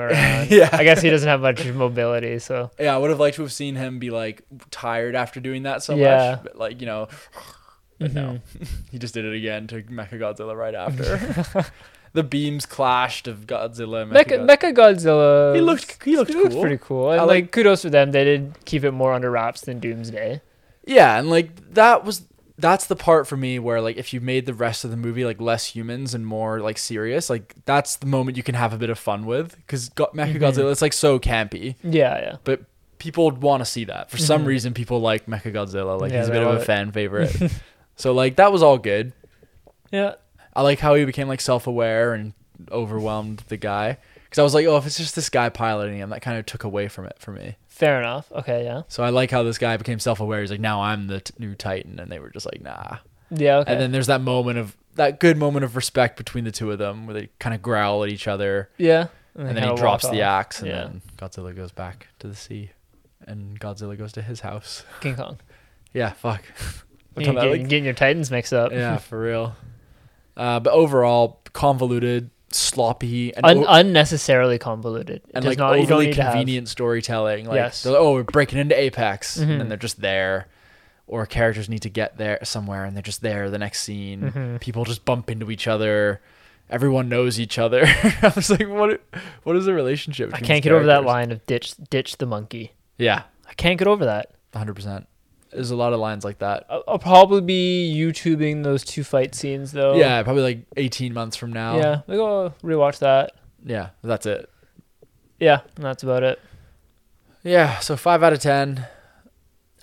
Speaker 2: around.
Speaker 1: Yeah.
Speaker 2: I guess he doesn't have much mobility, so
Speaker 1: Yeah, I would have liked to have seen him be like tired after doing that so
Speaker 2: Yeah. Mm-hmm.
Speaker 1: much. But like, you know, but no. he just did it again to Mecha Godzilla right after. the beams clashed of Godzilla and
Speaker 2: Mecha,
Speaker 1: Mecha
Speaker 2: Mecha Godzilla.
Speaker 1: He looked- he looked cool.
Speaker 2: pretty cool. And,
Speaker 1: I
Speaker 2: like,
Speaker 1: like-
Speaker 2: kudos for them. They did keep it more under wraps than Doomsday.
Speaker 1: Yeah, and like that was that's the part for me where like if you made the rest of the movie like less humans and more like serious, like that's the moment you can have a bit of fun with because Go-
Speaker 2: Mm-hmm.
Speaker 1: Mecha Godzilla it's like so campy,
Speaker 2: Yeah, yeah.
Speaker 1: but people want to see that for some reason. People like Mecha Godzilla, like
Speaker 2: Mm-hmm. Yeah,
Speaker 1: he's a
Speaker 2: they
Speaker 1: bit of a
Speaker 2: love it.
Speaker 1: fan favorite. so like that was all good.
Speaker 2: Yeah.
Speaker 1: I like how he became like self-aware and overwhelmed the guy because I was like, oh, if it's just this guy piloting him, that kind of took away from it for me.
Speaker 2: Fair enough. Okay, yeah.
Speaker 1: So I like how this guy became self-aware. He's like, now I'm the t- new Titan, and they were just like, nah.
Speaker 2: Yeah, okay.
Speaker 1: And then there's that moment of that good moment of respect between the two of them where they kind of growl at each other
Speaker 2: yeah.
Speaker 1: and
Speaker 2: they
Speaker 1: then he
Speaker 2: kinda
Speaker 1: drops
Speaker 2: walk
Speaker 1: the
Speaker 2: off.
Speaker 1: axe and
Speaker 2: Yeah.
Speaker 1: then Godzilla goes back to the sea and Godzilla goes to his house.
Speaker 2: King Kong.
Speaker 1: Yeah, fuck. I've
Speaker 2: You
Speaker 1: done
Speaker 2: get,
Speaker 1: that, like-
Speaker 2: Getting your Titans mixed up.
Speaker 1: yeah, for real. Uh, but overall, convoluted, sloppy, and,
Speaker 2: Un-
Speaker 1: o-
Speaker 2: unnecessarily convoluted. It
Speaker 1: and
Speaker 2: does
Speaker 1: like
Speaker 2: not, you don't
Speaker 1: overly
Speaker 2: need to have-
Speaker 1: convenient storytelling. Like,
Speaker 2: Yes.
Speaker 1: they're like, oh, we're breaking into Apex,
Speaker 2: Mhm.
Speaker 1: and then they're just there. Or characters need to get there somewhere, and they're just there. The next scene,
Speaker 2: Mhm.
Speaker 1: people just bump into each other. Everyone knows each other. I was like, what? What is the relationship?
Speaker 2: I
Speaker 1: between
Speaker 2: can't
Speaker 1: these
Speaker 2: get over that
Speaker 1: characters?
Speaker 2: line of ditch ditch the monkey.
Speaker 1: Yeah,
Speaker 2: I can't get over that.
Speaker 1: hundred percent. There's a lot of lines like that.
Speaker 2: I'll, I'll probably be YouTubing those two fight scenes though.
Speaker 1: Yeah, probably like 18 months from now.
Speaker 2: Yeah. Like, oh, rewatch that.
Speaker 1: yeah, that's it.
Speaker 2: Yeah, and that's about it.
Speaker 1: Yeah, so five out of ten.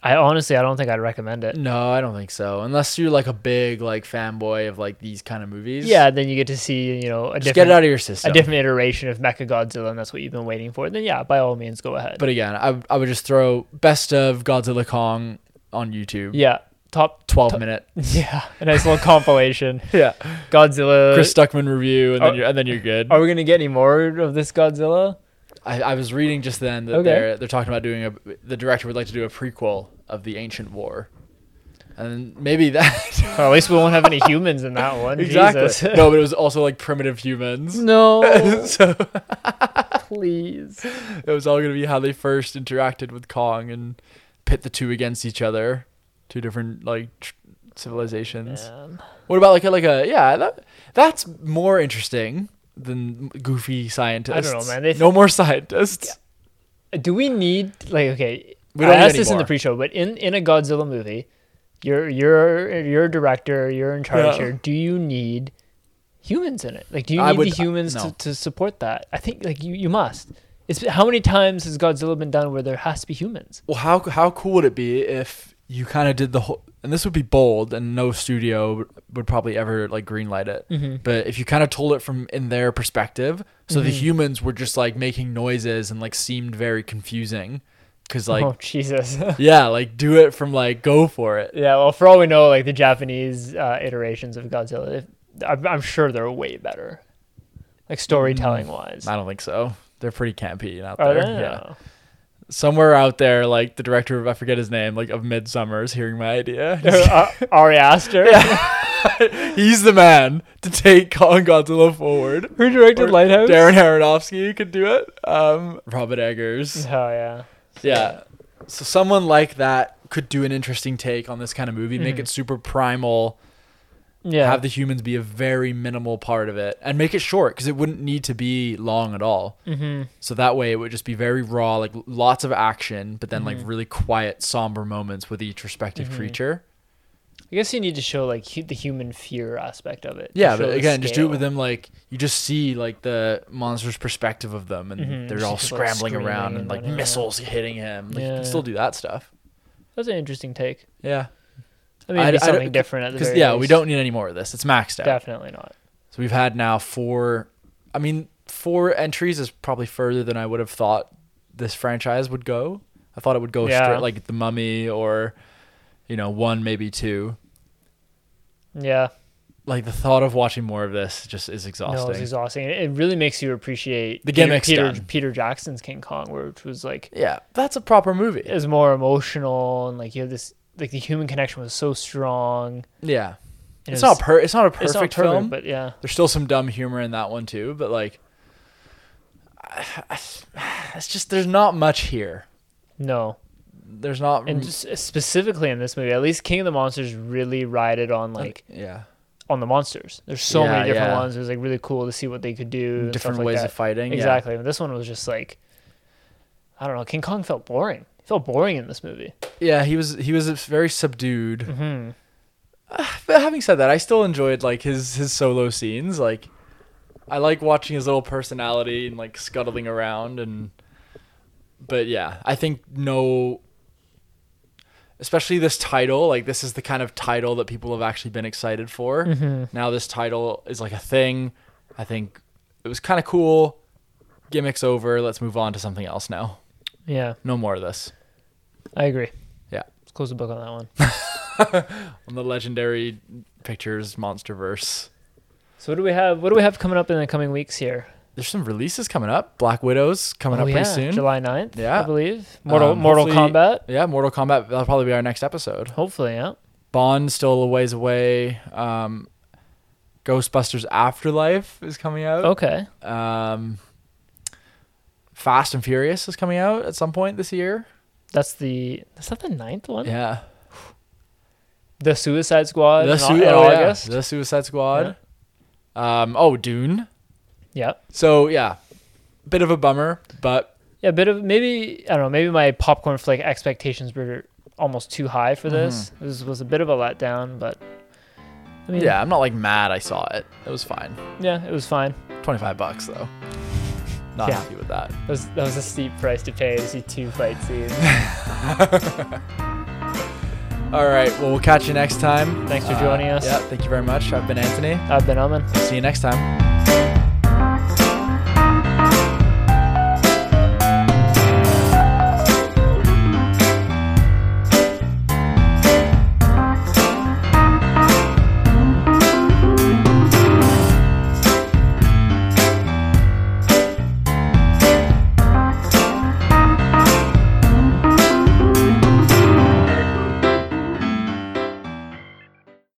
Speaker 2: I honestly, I don't think I'd recommend it.
Speaker 1: No, I don't think so. Unless you're like a big like fanboy of like these kind of movies.
Speaker 2: Yeah, then you get to see, you know, a
Speaker 1: just get
Speaker 2: different
Speaker 1: it out of your
Speaker 2: a
Speaker 1: system.
Speaker 2: different iteration of Mecha Godzilla, and that's what you've been waiting for. Then yeah, by all means, go ahead.
Speaker 1: But again, I, w- I would just throw best of Godzilla Kong on YouTube.
Speaker 2: yeah, top
Speaker 1: 12 minute.
Speaker 2: yeah, a nice little compilation.
Speaker 1: Yeah.
Speaker 2: Godzilla.
Speaker 1: Chris Stuckman review, and then
Speaker 2: are-
Speaker 1: you're and then you're good.
Speaker 2: Are we gonna get any more of this Godzilla?
Speaker 1: I, I was reading just then that
Speaker 2: Okay.
Speaker 1: they're they're talking about doing a the director would like to do a prequel of the Ancient War, and maybe that
Speaker 2: Well, at least we won't have any humans in that one. Jesus.
Speaker 1: no, but it was also like primitive humans.
Speaker 2: No,
Speaker 1: so
Speaker 2: please.
Speaker 1: it was all gonna be how they first interacted with Kong and pit the two against each other, two different like tr- civilizations.
Speaker 2: Man.
Speaker 1: What about like a, like a yeah? That, that's more interesting than goofy scientists.
Speaker 2: man. They
Speaker 1: no more scientists.
Speaker 2: Do we need like okay?
Speaker 1: We don't
Speaker 2: I
Speaker 1: need
Speaker 2: asked
Speaker 1: any
Speaker 2: this in
Speaker 1: more.
Speaker 2: the pre-show, but in in a Godzilla movie, you're you're you're a director, you're in charge
Speaker 1: Yeah.
Speaker 2: here. Do you need humans in it? Like, do you
Speaker 1: I
Speaker 2: need
Speaker 1: would- uh,
Speaker 2: the humans
Speaker 1: no.
Speaker 2: to, to support that? I think like you you must. It's how many times has Godzilla been done where there has to be humans?
Speaker 1: Well, how how cool would it be if you kind of did the whole? And this would be bold, and no studio would- would probably ever like greenlight it. But if you kind of told it from in their perspective, so the humans were just like making noises and like seemed very confusing, because like
Speaker 2: oh Jesus.
Speaker 1: yeah, like do it from like go for it.
Speaker 2: yeah. Well, for all we know, like the Japanese uh, iterations of Godzilla, if, I'm, I'm sure they're way better, like storytelling wise.
Speaker 1: I don't think so. They're pretty campy out
Speaker 2: Are
Speaker 1: there.
Speaker 2: they?
Speaker 1: Yeah.
Speaker 2: No.
Speaker 1: Somewhere out there, like the director of I forget his name, like of Midsummer is hearing my idea.
Speaker 2: Uh, Ari Aster.
Speaker 1: He's the man to take Kong Godzilla forward.
Speaker 2: Who directed
Speaker 1: Or
Speaker 2: Lighthouse?
Speaker 1: Darren Aronofsky could do it. Um, Robert Eggers.
Speaker 2: Oh yeah.
Speaker 1: yeah. So someone like that could do an interesting take on this kind of movie, make it super primal,
Speaker 2: Mm-hmm. Yeah.
Speaker 1: have the humans be a very minimal part of it and make it short because it wouldn't need to be long at all.
Speaker 2: mm-hmm.
Speaker 1: So that way it would just be very raw, like lots of action, but then
Speaker 2: Mm-hmm.
Speaker 1: like really quiet, somber moments with each respective
Speaker 2: Mhm.
Speaker 1: creature.
Speaker 2: I guess you need to show like hu- the human fear aspect of it. to
Speaker 1: Yeah,
Speaker 2: show
Speaker 1: but
Speaker 2: the
Speaker 1: again, just do it with
Speaker 2: scale.
Speaker 1: them like you just see like the monster's perspective of them, and
Speaker 2: Mhm,
Speaker 1: they're
Speaker 2: just
Speaker 1: all
Speaker 2: people, like,
Speaker 1: scrambling around
Speaker 2: screaming
Speaker 1: and like
Speaker 2: and running
Speaker 1: missiles hitting him. Like, You
Speaker 2: Yeah.
Speaker 1: can still do that stuff.
Speaker 2: That's an interesting take.
Speaker 1: Yeah,
Speaker 2: I mean,
Speaker 1: I-
Speaker 2: it'd be
Speaker 1: I don't-
Speaker 2: something different at the
Speaker 1: because
Speaker 2: very
Speaker 1: yeah, we
Speaker 2: least.
Speaker 1: don't need any more of this. It's maxed out.
Speaker 2: Definitely not.
Speaker 1: So we've had now four. I mean, four entries is probably further than I would have thought this franchise would go. I thought it would go
Speaker 2: Yeah.
Speaker 1: straight like the Mummy or, you know, one maybe two.
Speaker 2: Yeah.
Speaker 1: Like the thought of watching more of this just is exhausting.
Speaker 2: No, it's exhausting. It it really makes you appreciate
Speaker 1: The
Speaker 2: Peter-
Speaker 1: gimmick's
Speaker 2: Peter,
Speaker 1: done.
Speaker 2: Peter Jackson's King Kong, which was like
Speaker 1: yeah, that's a proper movie.
Speaker 2: is more emotional and like you have this like the human connection was so strong.
Speaker 1: Yeah,
Speaker 2: and
Speaker 1: it's
Speaker 2: it was-
Speaker 1: not per. It's not a perfect
Speaker 2: it's not
Speaker 1: film.
Speaker 2: but yeah,
Speaker 1: There's still some dumb humor in that one too, but like, it's just there's not much here.
Speaker 2: no.
Speaker 1: There's not
Speaker 2: And just uh, specifically in this movie, at least King of the Monsters really rided on like
Speaker 1: yeah
Speaker 2: on the monsters. There's so
Speaker 1: Yeah,
Speaker 2: many different
Speaker 1: yeah.
Speaker 2: ones. It was like really cool to see what they could do. and stuff
Speaker 1: different
Speaker 2: like
Speaker 1: ways
Speaker 2: that.
Speaker 1: of fighting. yeah.
Speaker 2: Exactly. But this one was just like, I don't know. King Kong felt boring. It felt boring in this movie.
Speaker 1: Yeah, he was he was very subdued.
Speaker 2: Mm-hmm.
Speaker 1: But having said that, I still enjoyed like his his solo scenes. Like, I like watching his little personality and like scuttling around and. But yeah, I think no. Especially this title, like this is the kind of title that people have actually been excited for. Now this title is like a thing. I think it was kind of cool. Gimmicks over. Let's move on to something else now.
Speaker 2: Yeah,
Speaker 1: No more of this.
Speaker 2: I agree.
Speaker 1: Yeah.
Speaker 2: Let's close the book on that one.
Speaker 1: On the legendary pictures monsterverse.
Speaker 2: So what do we have? What do we have coming up in the coming weeks here?
Speaker 1: There's some releases coming up. Black Widow's coming
Speaker 2: Oh,
Speaker 1: up
Speaker 2: yeah,
Speaker 1: pretty soon.
Speaker 2: July 9th,
Speaker 1: Yeah.
Speaker 2: I believe. Mortal
Speaker 1: Um,
Speaker 2: Mortal
Speaker 1: hopefully-
Speaker 2: Kombat.
Speaker 1: Yeah, Mortal Kombat. That'll probably be our next episode.
Speaker 2: Hopefully, yeah.
Speaker 1: Bond still a ways away. Um, Ghostbusters Afterlife is coming out.
Speaker 2: Okay.
Speaker 1: Um, Fast and Furious is coming out at some point this year.
Speaker 2: That's the is that the ninth one?
Speaker 1: Yeah.
Speaker 2: The Suicide Squad.
Speaker 1: The,
Speaker 2: in, Au-
Speaker 1: Sui-
Speaker 2: in
Speaker 1: oh, yeah.
Speaker 2: August.
Speaker 1: the Suicide Squad. Um, oh, Dune.
Speaker 2: Yeah.
Speaker 1: So, yeah. Bit of a bummer, but
Speaker 2: Yeah, a bit of maybe I don't know. Maybe my popcorn flake expectations were almost too high for this. This was a bit of a letdown, but I mean,
Speaker 1: yeah, I'm not like mad I saw it. It was fine.
Speaker 2: yeah, it was fine.
Speaker 1: 25 bucks, though. Not
Speaker 2: Yeah.
Speaker 1: happy with that.
Speaker 2: That was, that was a steep price to pay to see two fight scenes.
Speaker 1: All right. Well, we'll catch you next time.
Speaker 2: Thanks for
Speaker 1: Uh,
Speaker 2: joining us.
Speaker 1: Yeah. Thank you very much. I've been Anthony.
Speaker 2: I've been Omen.
Speaker 1: See you next time.